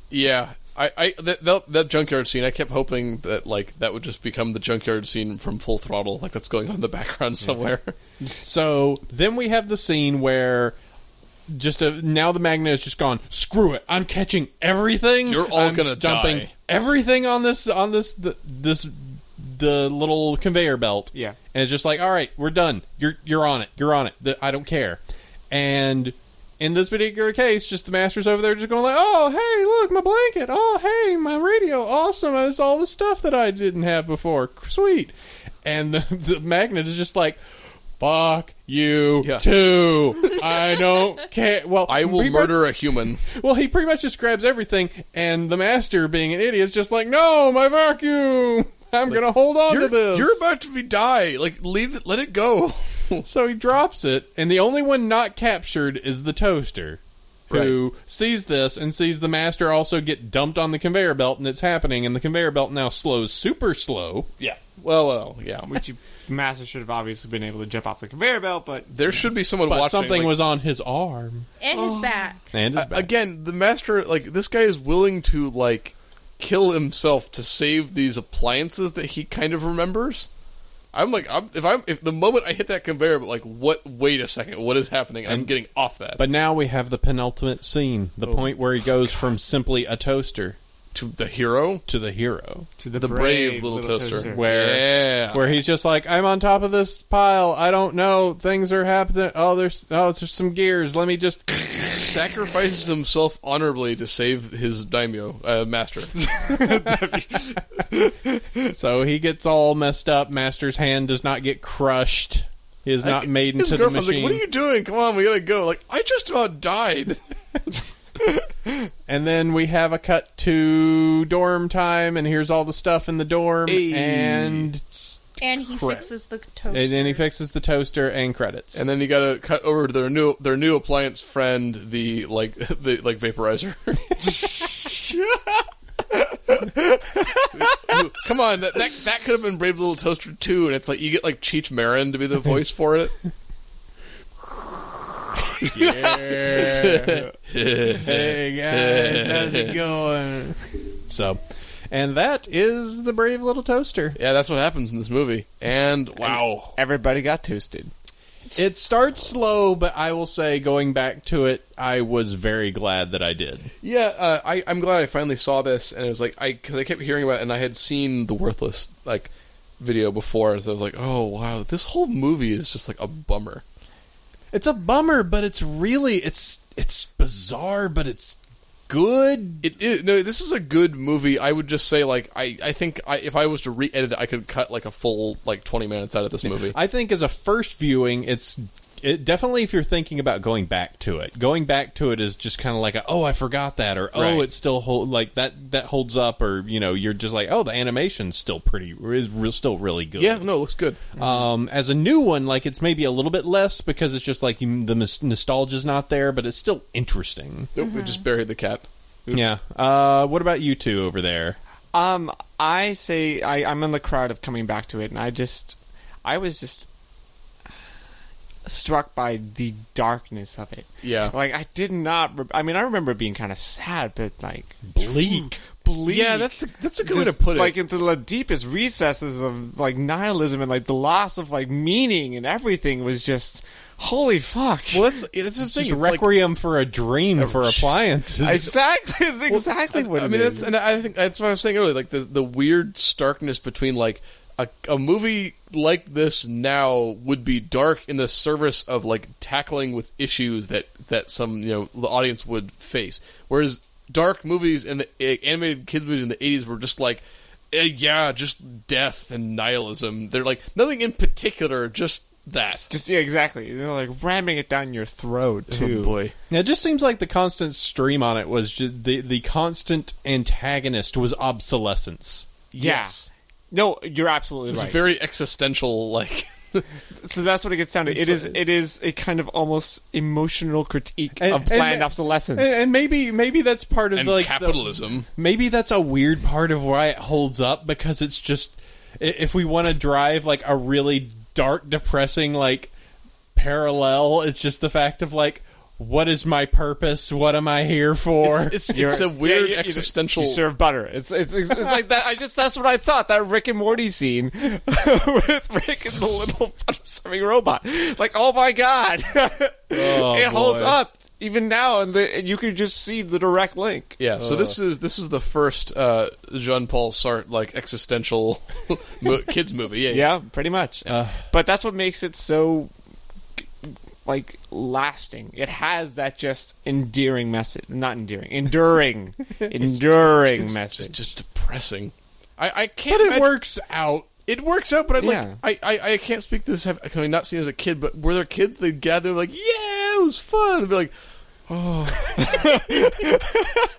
yeah. I, I that, that that junkyard scene. I kept hoping that like that would just become the junkyard scene from Full Throttle, like that's going on in the background somewhere.
So then we have the scene where just a, now the magnet is just gone. Screw it! I'm catching everything.
You're all
I'm
gonna
dumping
die."
everything on this on this the, this the little conveyor belt.
Yeah.
and it's just like, all right, we're done. You're you're on it. You're on it. The, I don't care. And in this particular case, just the master's over there, just going like, oh hey, look my blanket. Oh hey, my radio. Awesome. It's all the stuff that I didn't have before. Sweet. And the, the magnet is just like. Fuck you
Yeah.
too. I don't care. Well,
I will
he pre-
murder a human.
Well, he pretty much just grabs everything, and the master, being an idiot, is just like, "No, my vacuum. I'm gonna hold on to
You're,
this."
you're about to be die. Like leave, it, let it go.
so he drops it, and the only one not captured is the toaster, who sees this and sees the master also get dumped on the conveyor belt, and it's happening, and the conveyor belt now slows super slow.
Yeah. Well, well, yeah.
Which you, Master should have obviously been able to jump off the conveyor belt, but
There should be someone
But
watching.
something
like,
was on his arm
and his back.
and his
A-
back.
Again, the master, like this guy, is willing to like kill himself to save these appliances that he kind of remembers. I'm like, I'm, if I'm, if the moment I hit that conveyor, but like, what? Wait a second, what is happening? I'm
And-
getting off that
But now we have the penultimate scene, the
Oh.
point where he goes from simply a toaster
to the hero,
to the hero,
to the,
the brave, little, toaster.
Where-
yeah,
where he's just like, "I'm on top of this pile. I don't know. Things are happening. Oh, there's oh, there's some gears. Let me just."
sacrifices himself honorably to save his daimyo uh, master.
so he gets all messed up. Master's hand does not get crushed. He is not made
his
into the
girlfriend's
machine.
like, "What are you doing? Come on, we gotta go." Like, I just about died.
and then we have a cut to dorm time, and here's all the stuff in the dorm,
Hey.
and
And he
Correct.
fixes the toaster.
and then he fixes the toaster and credits.
And then you got to cut over to their new their new appliance friend, the like the like vaporizer. Come on, that, that that could have been Brave Little Toaster too, and it's like you get like Cheech Marin to be the voice for it.
hey guys, how's it going? So, and that is the brave little toaster.
Yeah, that's what happens in this movie. And wow,
Everybody got toasted.
It starts slow, but I will say, going back to it, I was very glad that I did.
yeah, uh, I I'm glad I finally saw this, and it was like I because I kept hearing about, it and I had seen the worthless like video before, so I was like, oh wow, this whole movie is just like a bummer.
It's a bummer, but it's really it's it's bizarre, but it's good.
It is no. This is a good movie. I would just say like I, I think I, if I was to re-edit it, I could cut like a full like twenty minutes out of this movie.
I think as a first viewing, it's it definitely if you're thinking about going back to it, going back to it is just kind of like a, oh, I forgot that, or oh,
Right.
it still hold like that that holds up, or you know, you're just like oh, the animation's still pretty is re- still really good.
yeah, no, it looks good.
Um, as a new one, like it's maybe a little bit less because it's just like you, the mis- nostalgia's not there, but it's still interesting.
Nope, We just buried the cat.
Yeah. Uh, what about you two over there?
Um, I say I, I'm in the crowd of coming back to it, and I just, I was just struck by the darkness of it.
Yeah.
like I did not. Re- I mean, I remember being kind of sad, but like
Bleak.
bleak.
Yeah, that's a, that's a good way
Just,
to put it.
Like into the deepest recesses of like nihilism and like the loss of like meaning and everything was just holy fuck.
well, that's that's what I'm saying.
Just
It's like-
requiem for a dream for appliances.
Exactly, it's exactly what
I
it
mean,
is.
that's and I think that's what I was saying earlier. Like the the weird starkness between like a, a movie like this now would be dark in the service of like tackling with issues that that some you know the audience would face, whereas dark movies and the eh, animated kids movies in the eighties were just like. eh, Yeah, just death and nihilism. They're like nothing in particular, just that.
Just yeah, exactly. They're like ramming it down your throat too.
Oh boy.
Now, it just seems like the constant stream on it was just the the constant antagonist was obsolescence.
Yeah.
Yes.
No, you're absolutely
It's
right.
very existential, like.
so that's what it gets down to. It is. It is a kind of almost emotional critique
And-
of
and-
planned obsolescence.
And, and maybe maybe that's part of
and
like the-
capitalism.
maybe that's a weird part of why it holds up because it's just i- if we want to drive like a really dark, depressing like parallel, it's just the fact of like what is my purpose? What am I here for?
it's, it's,
You're-
it's a weird
yeah, you- you-
existential.
You serve butter. It's it's, it's, it's like that. I just that's what I thought. That Rick and Morty scene with Rick and the little butter serving robot. Like, oh my god,
Oh,
it holds
boy.
up even now, and the, you can just see the direct link.
yeah, so this
Uh.
is this is the first uh, Jean Paul Sartre like existential mo- kids movie. Yeah,
Yeah, pretty much. but that's what makes it so like lasting. It has that just endearing message, not endearing, enduring, enduring message.
Just, just depressing. I, I can't.
but it
imagine-
works out.
It works out, but I'd
Yeah.
like I, I I can't speak to this. Have I not seen it as a kid? But were there kids? They would gather like, yeah, it was fun. They'd be like,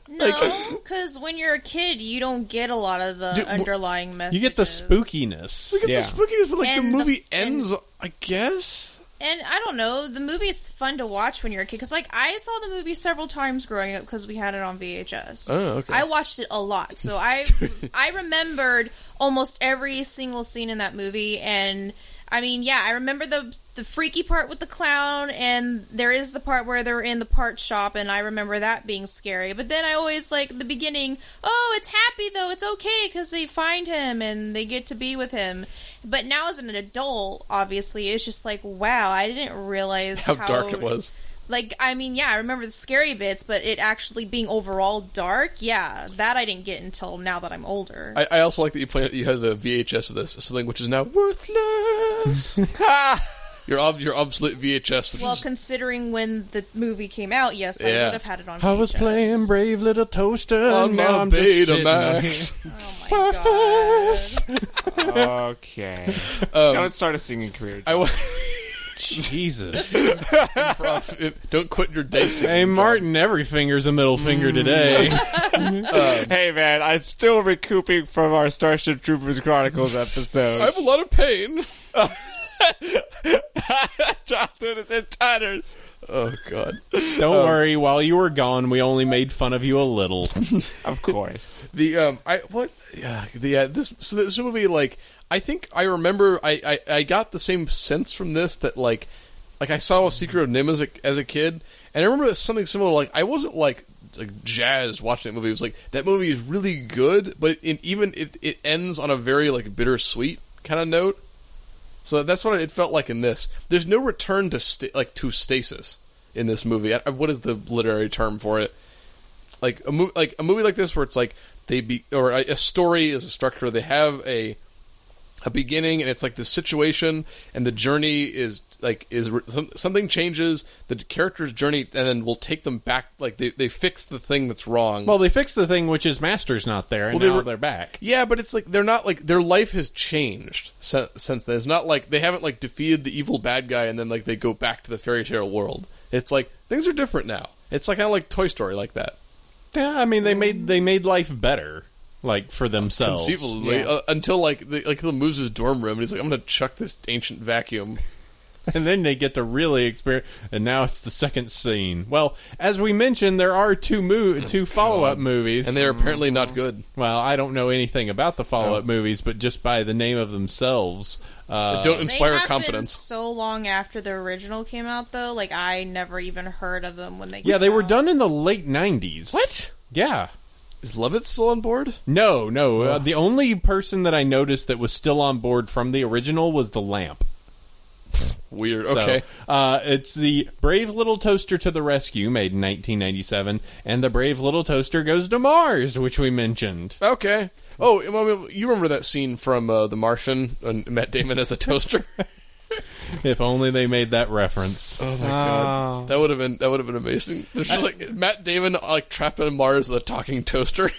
No, because when you're a kid, you don't get a lot of the
Dude, wh-
underlying messages.
You get the spookiness.
look at
Yeah.
the spookiness. But like
And
the
the-
movie
and-
ends, I guess.
And I don't know, the movie is fun to watch when you're a kid. Because, like, I saw the movie several times growing up because we had it on VHS.
Oh, okay.
I watched it a lot. So I, I remembered almost every single scene in that movie. And, I mean, yeah, I remember the, the freaky part with the clown. And there is the part where they're in the part shop. And I remember that being scary. But then I always, like, the beginning, oh, it's happy, though. It's okay because they find him and they get to be with him. But now, as an adult, obviously, it's just like, wow, I didn't realize
How dark it was.
Like, I mean, yeah, I remember the scary bits, but it actually being overall dark, yeah, that I didn't get until now that I'm older.
I, I also like that you play. You had the VHS of this something which is now worthless. your ob, your obsolete VHS. Which
well,
is,
considering when the movie came out, yes, I
Yeah.
would have had it on.
I was
VHS.
playing Brave Little Toaster
on
now
my
I'm just sitting on
Betamax.
Oh my god!
okay,
Um,
don't start a singing career.
I wa-
here. Jesus.
improv. Don't quit your day. singing
hey,
job.
Martin, every finger's a middle
Mm.
finger today.
Hey man, I'm still recouping from our Starship Troopers Chronicles
I
episode.
have a lot of pain.
Jonathan is in tatters.
Oh God.
Don't
Oh.
worry, while you were gone, we only made fun of you a little.
Of course.
The um, I what yeah the uh, this so this movie like I think I remember I, I I got the same sense from this that like like I saw a Secret of Nim as a as a kid and I remember that something similar like I wasn't like like jazzed watching that movie it was like that movie is really good but it, even it it ends on a very like bittersweet kind of note so that's what it felt like in this there's no return to sta- like to stasis in this movie I, I- what is the literary term for it like a movie like a movie like this where it's like they be or a, a story is a structure they have a a beginning and it's like the situation and the journey is like is re- some, something changes the character's journey and then we'll take them back like they, they fix the thing that's wrong
Well, they fixed the thing, which is Master's not there, and
Well, they
now
were-
they're back.
yeah but it's like they're not like their life has changed since, since then it's not like they haven't like defeated the evil bad guy and then like they go back to the fairy tale world it's like things are different now it's like kind of like toy story like that
Yeah, I mean they made they made life better, like for themselves.
conceivably
Yeah.
uh, until like the, like he moves his dorm room and he's like I'm gonna chuck this ancient vacuum.
And then they get to really experience. And now it's the second scene. Well, as we mentioned, there are two mo- two follow up movies,
Oh, And they're apparently not good.
well, I don't know anything about the follow
Oh.
up movies, but just by the name of themselves, uh,
Don't
They
inspire
happened
confidence.
So long after the original came out, though, like I never even heard of them when they.
yeah,
came
they were
out.
done in the late nineties.
What
Yeah.
is Levitt still on board?
No, no. Uh, the only person that I noticed that was still on board from the original was the lamp.
Weird.
So,
Okay,
uh, it's the Brave Little Toaster to the Rescue, made in 1997, and the Brave Little Toaster goes to Mars, which we mentioned.
okay. Oh, and, well, you remember that scene from uh, The Martian and Matt Damon as a toaster?
If only they made that reference.
oh my god, that would have been that would have been amazing. There's just, like Matt Damon like trapped on Mars with a talking toaster.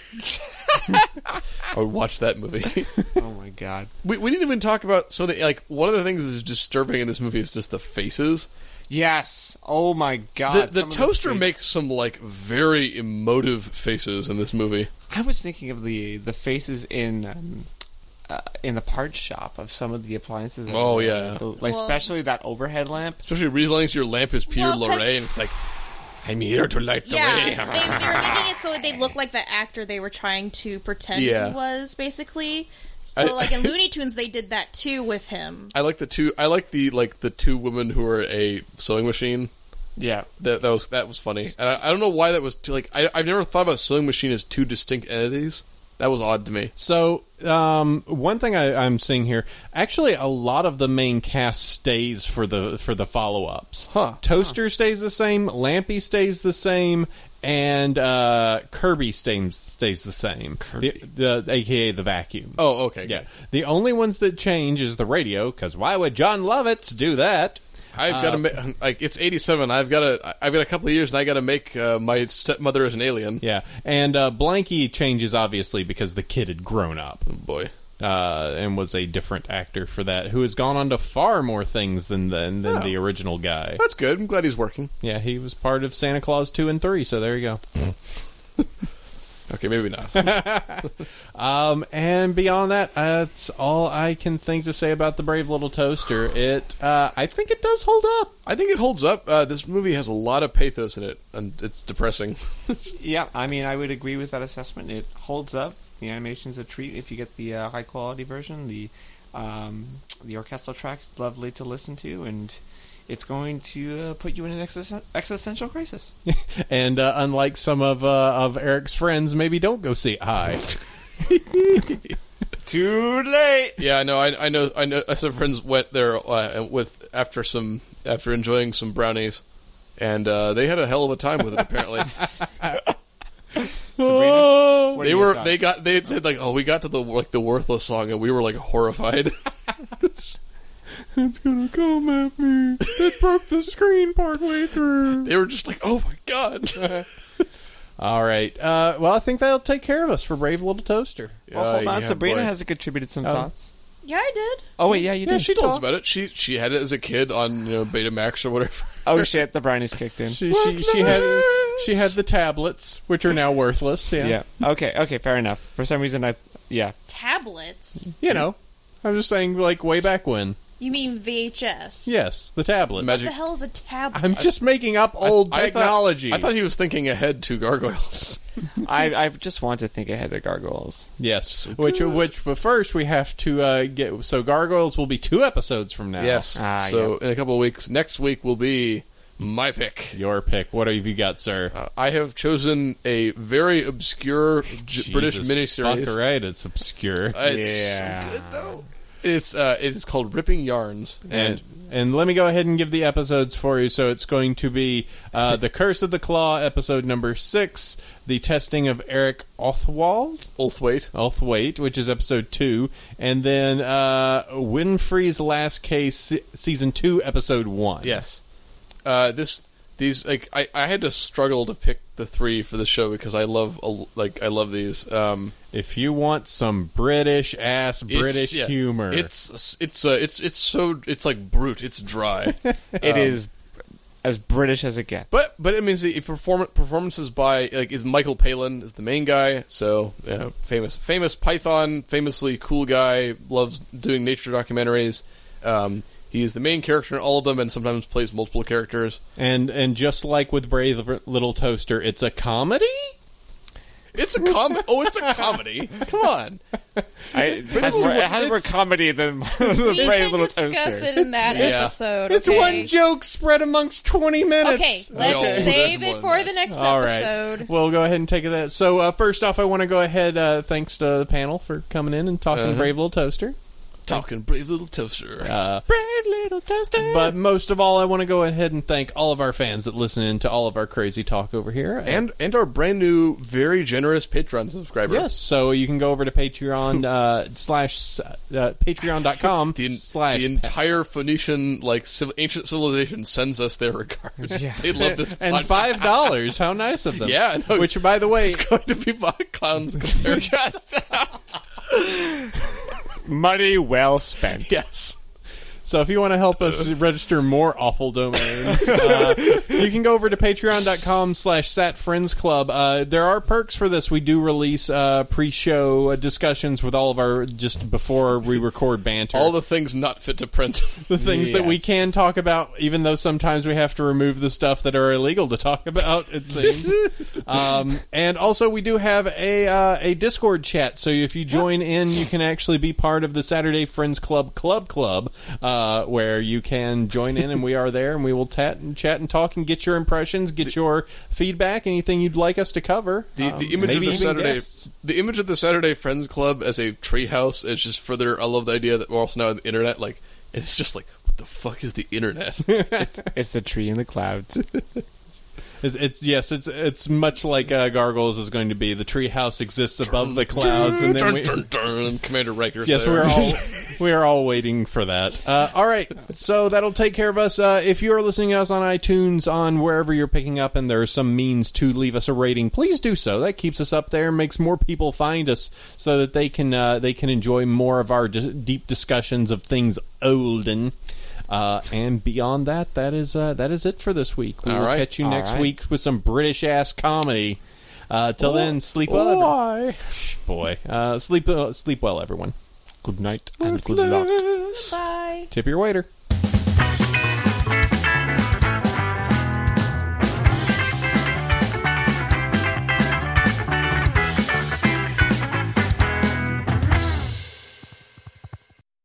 I would watch that movie.
oh my god.
we, we didn't even talk about so the, like one of the things that's disturbing in this movie is just the faces.
Yes. Oh my
The,
god.
the
Some of
toaster
face-
makes some like very emotive faces in this movie.
I was thinking of the the faces in. Um, uh, in the parts shop of some of the appliances. that-
Oh, yeah.
the- like
Well-
especially that overhead lamp.
Especially realizing your lamp is Peter
Well, 'cause-
Lorre, and it's like, I'm here to light the
Yeah,
way.
they, they were making it so they looked like the actor they were trying to pretend
Yeah.
he was, basically. So,
I-
like in Looney Tunes, they did that too with him.
I like the two. I like the like the two women who are a sewing machine.
Yeah.
That, that was that was funny. And I, I don't know why that was too, like I, I've never thought about sewing machine as two distinct entities. That was odd to me.
So, um, one thing I, I'm seeing here, actually, a lot of the main cast stays for the for the follow ups.
Huh.
Toaster stays the same, Lampy stays the same, and uh, Kirby stays stays the same. The, the AKA the vacuum.
Oh, okay.
yeah. The only ones that change is the radio, because why would John Lovitz do that?
I've got to make like it's eighty seven. I've got to. I've got a couple of years, and I got to make uh, my stepmother as an alien.
Yeah, and uh, Blanky changes obviously because the kid had grown up.
Oh, boy,
uh, and was a different actor for that, who has gone on to far more things than than, than
Oh.
the original guy.
that's good. I'm glad he's working.
Yeah, he was part of Santa Claus two and three, so there you go.
Okay, maybe not.
Um, and beyond that, uh, that's all I can think to say about the Brave Little Toaster. It, uh, I think it does hold up.
I think it holds up. Uh, this movie has a lot of pathos in it, and it's depressing.
Yeah.
I mean, I would agree with that assessment. It holds up. The animation's a treat if you get the uh, high quality version. The um, the orchestral track is lovely to listen to, and it's going to uh, put you in an existen- existential crisis.
And uh, unlike some of uh, of Eric's friends, maybe don't go see I.
Too late.
Yeah, I know. I, I know. I know. Some friends went there uh, with after some after enjoying some brownies, and uh, they had a hell of a time with it. Apparently,
Oh,
Sabrina, what are
they
your
were.
thoughts?
They got. They had said like, "Oh, we got to the like the worthless song," and we were like horrified.
It's gonna come at me. It broke the screen partway through.
they were just like, "Oh my god!"
Uh-huh.
All right. Uh, well, I think that'll take care of us for Brave Little Toaster.
Well, Oh, hold
Yeah,
on.
Oh, yeah,
Sabrina
boy. Um,
hasn't contributed some
Oh.
thoughts.
Yeah, I did.
Oh wait, yeah, you
Yeah,
did.
she told us about it. She she had it as a kid on you know Betamax or whatever.
oh shit, the brownies kicked in.
She, she, she had she had the tablets, which are now worthless. Yeah.
Yeah. Okay. Okay. Fair enough. For some reason, I yeah.
Hmm.
Tablets?
You know, I'm just saying, like way back when.
You mean VHS?
Yes, the tablets.
What
Magic-
the hell is a tablet?
I'm just making up old
I thought-
technology.
I thought, he was thinking ahead to gargoyles.
I I just want to think ahead of gargoyles.
yes, which which but first we have to uh, get. So gargoyles will be two episodes from now.
Yes.
Ah,
so in a couple of weeks, next week will be my pick.
Your pick. What have you got, sir?
Uh, I have chosen a very obscure j- British
Jesus,
miniseries.
Fuck right, it's obscure.
Uh, It's
Yeah.
so good though. It's uh, it is called Ripping Yarns, and
And and let me go ahead and give the episodes for you. So it's going to be uh, the Curse of the Claw, episode number six, the testing of Eric Othwald,
Ulthwaite.
Othwaite, which is episode two, and then uh, Winfrey's Last Case, se- season two, episode one.
Yes. Uh, this these like I, I had to struggle to pick the three for the show because I love a- like I love these. Um,
If you want some British ass
It's-
British
yeah.
humor,
It's it's uh, it's it's so it's like brute. It's dry.
It is as British as it gets.
Um, but but I mean, see, if perform- performances by like is Michael Palin is the main guy. So yeah, famous famous Python, famously cool guy, loves doing nature documentaries. Um, he is the main character in all of them, and sometimes plays multiple characters.
and and just like with Brave Little Toaster, it's a comedy.
It's a com. oh, it's a comedy. Come on.
I, it has more, it has more comedy than the
we
brave
can
little
discuss
toaster.
it in that
Yeah.
episode.
It's
okay?
one joke spread amongst twenty minutes.
Okay, let's
there's
save
more
it
than
for
that.
the next
All right.
episode.
We'll go ahead and take that. So uh, first off, I want to go ahead. Uh, thanks to the panel for coming in and talking
Uh-huh.
Brave Little Toaster.
Talking brave little toaster.
Brave Little Toaster. But most of all, I want to go ahead and thank all of our fans that listen in to all of our crazy talk over here.
and and our brand new, very generous Patreon subscriber.
Yes, so you can go over to Patreon uh, slash uh, Patreon.com
The, en-
slash
the entire Phoenician, like civ- ancient civilization, sends us their regards. They love this.
and
podcast.
five dollars. How nice of them!
Yeah, I know.
which by the way,
It's going to be my pounds. compared-
Money well spent.
yes.
So if you want to help us register more awful domains, uh, you can go over to patreon.com slash satfriendsclub. Uh, there are perks for this. We do release uh, pre-show uh, discussions with all of our, just before we record banter.
All the things not fit to print.
the things that we
Yes.
can talk about, even though sometimes we have to remove the stuff that are illegal to talk about. It seems. um, and also, we do have a uh, a Discord chat, so if you join in, you can actually be part of the Saturday Friends Club Club Club, uh, where you can join in, and we are there, and we will tat and chat and talk and get your impressions, get your feedback, anything you'd like us to cover.
The,
Um,
the image of
maybe even
the Saturday,
guests.
the image of the Saturday Friends Club as a treehouse is just further. I love the idea that we're also now on the internet. Like it's just like what the fuck is the internet?
It's a tree in the clouds.
It's, it's yes, it's it's much like uh, Gargoyles is going to be. The treehouse exists above the clouds, and then
Dun,
we.
dun, dun. Commander Riker's
Yes,
there.
we're all we are all waiting for that. Uh, all right, so that'll take care of us. Uh, if you are listening to us on iTunes, on wherever you're picking up, and there are some means to leave us a rating, please do so. That keeps us up there, and makes more people find us, so that they can uh, they can enjoy more of our dis- deep discussions of things olden. Uh, and beyond that, that is uh, that is it for this week. We
All
will
right.
catch you
All
next
right.
week with some British ass comedy. Uh, till then, sleep well, every- boy. Uh, sleep uh, sleep well, everyone. Good night and good luck.
Bye.
Tip your waiter.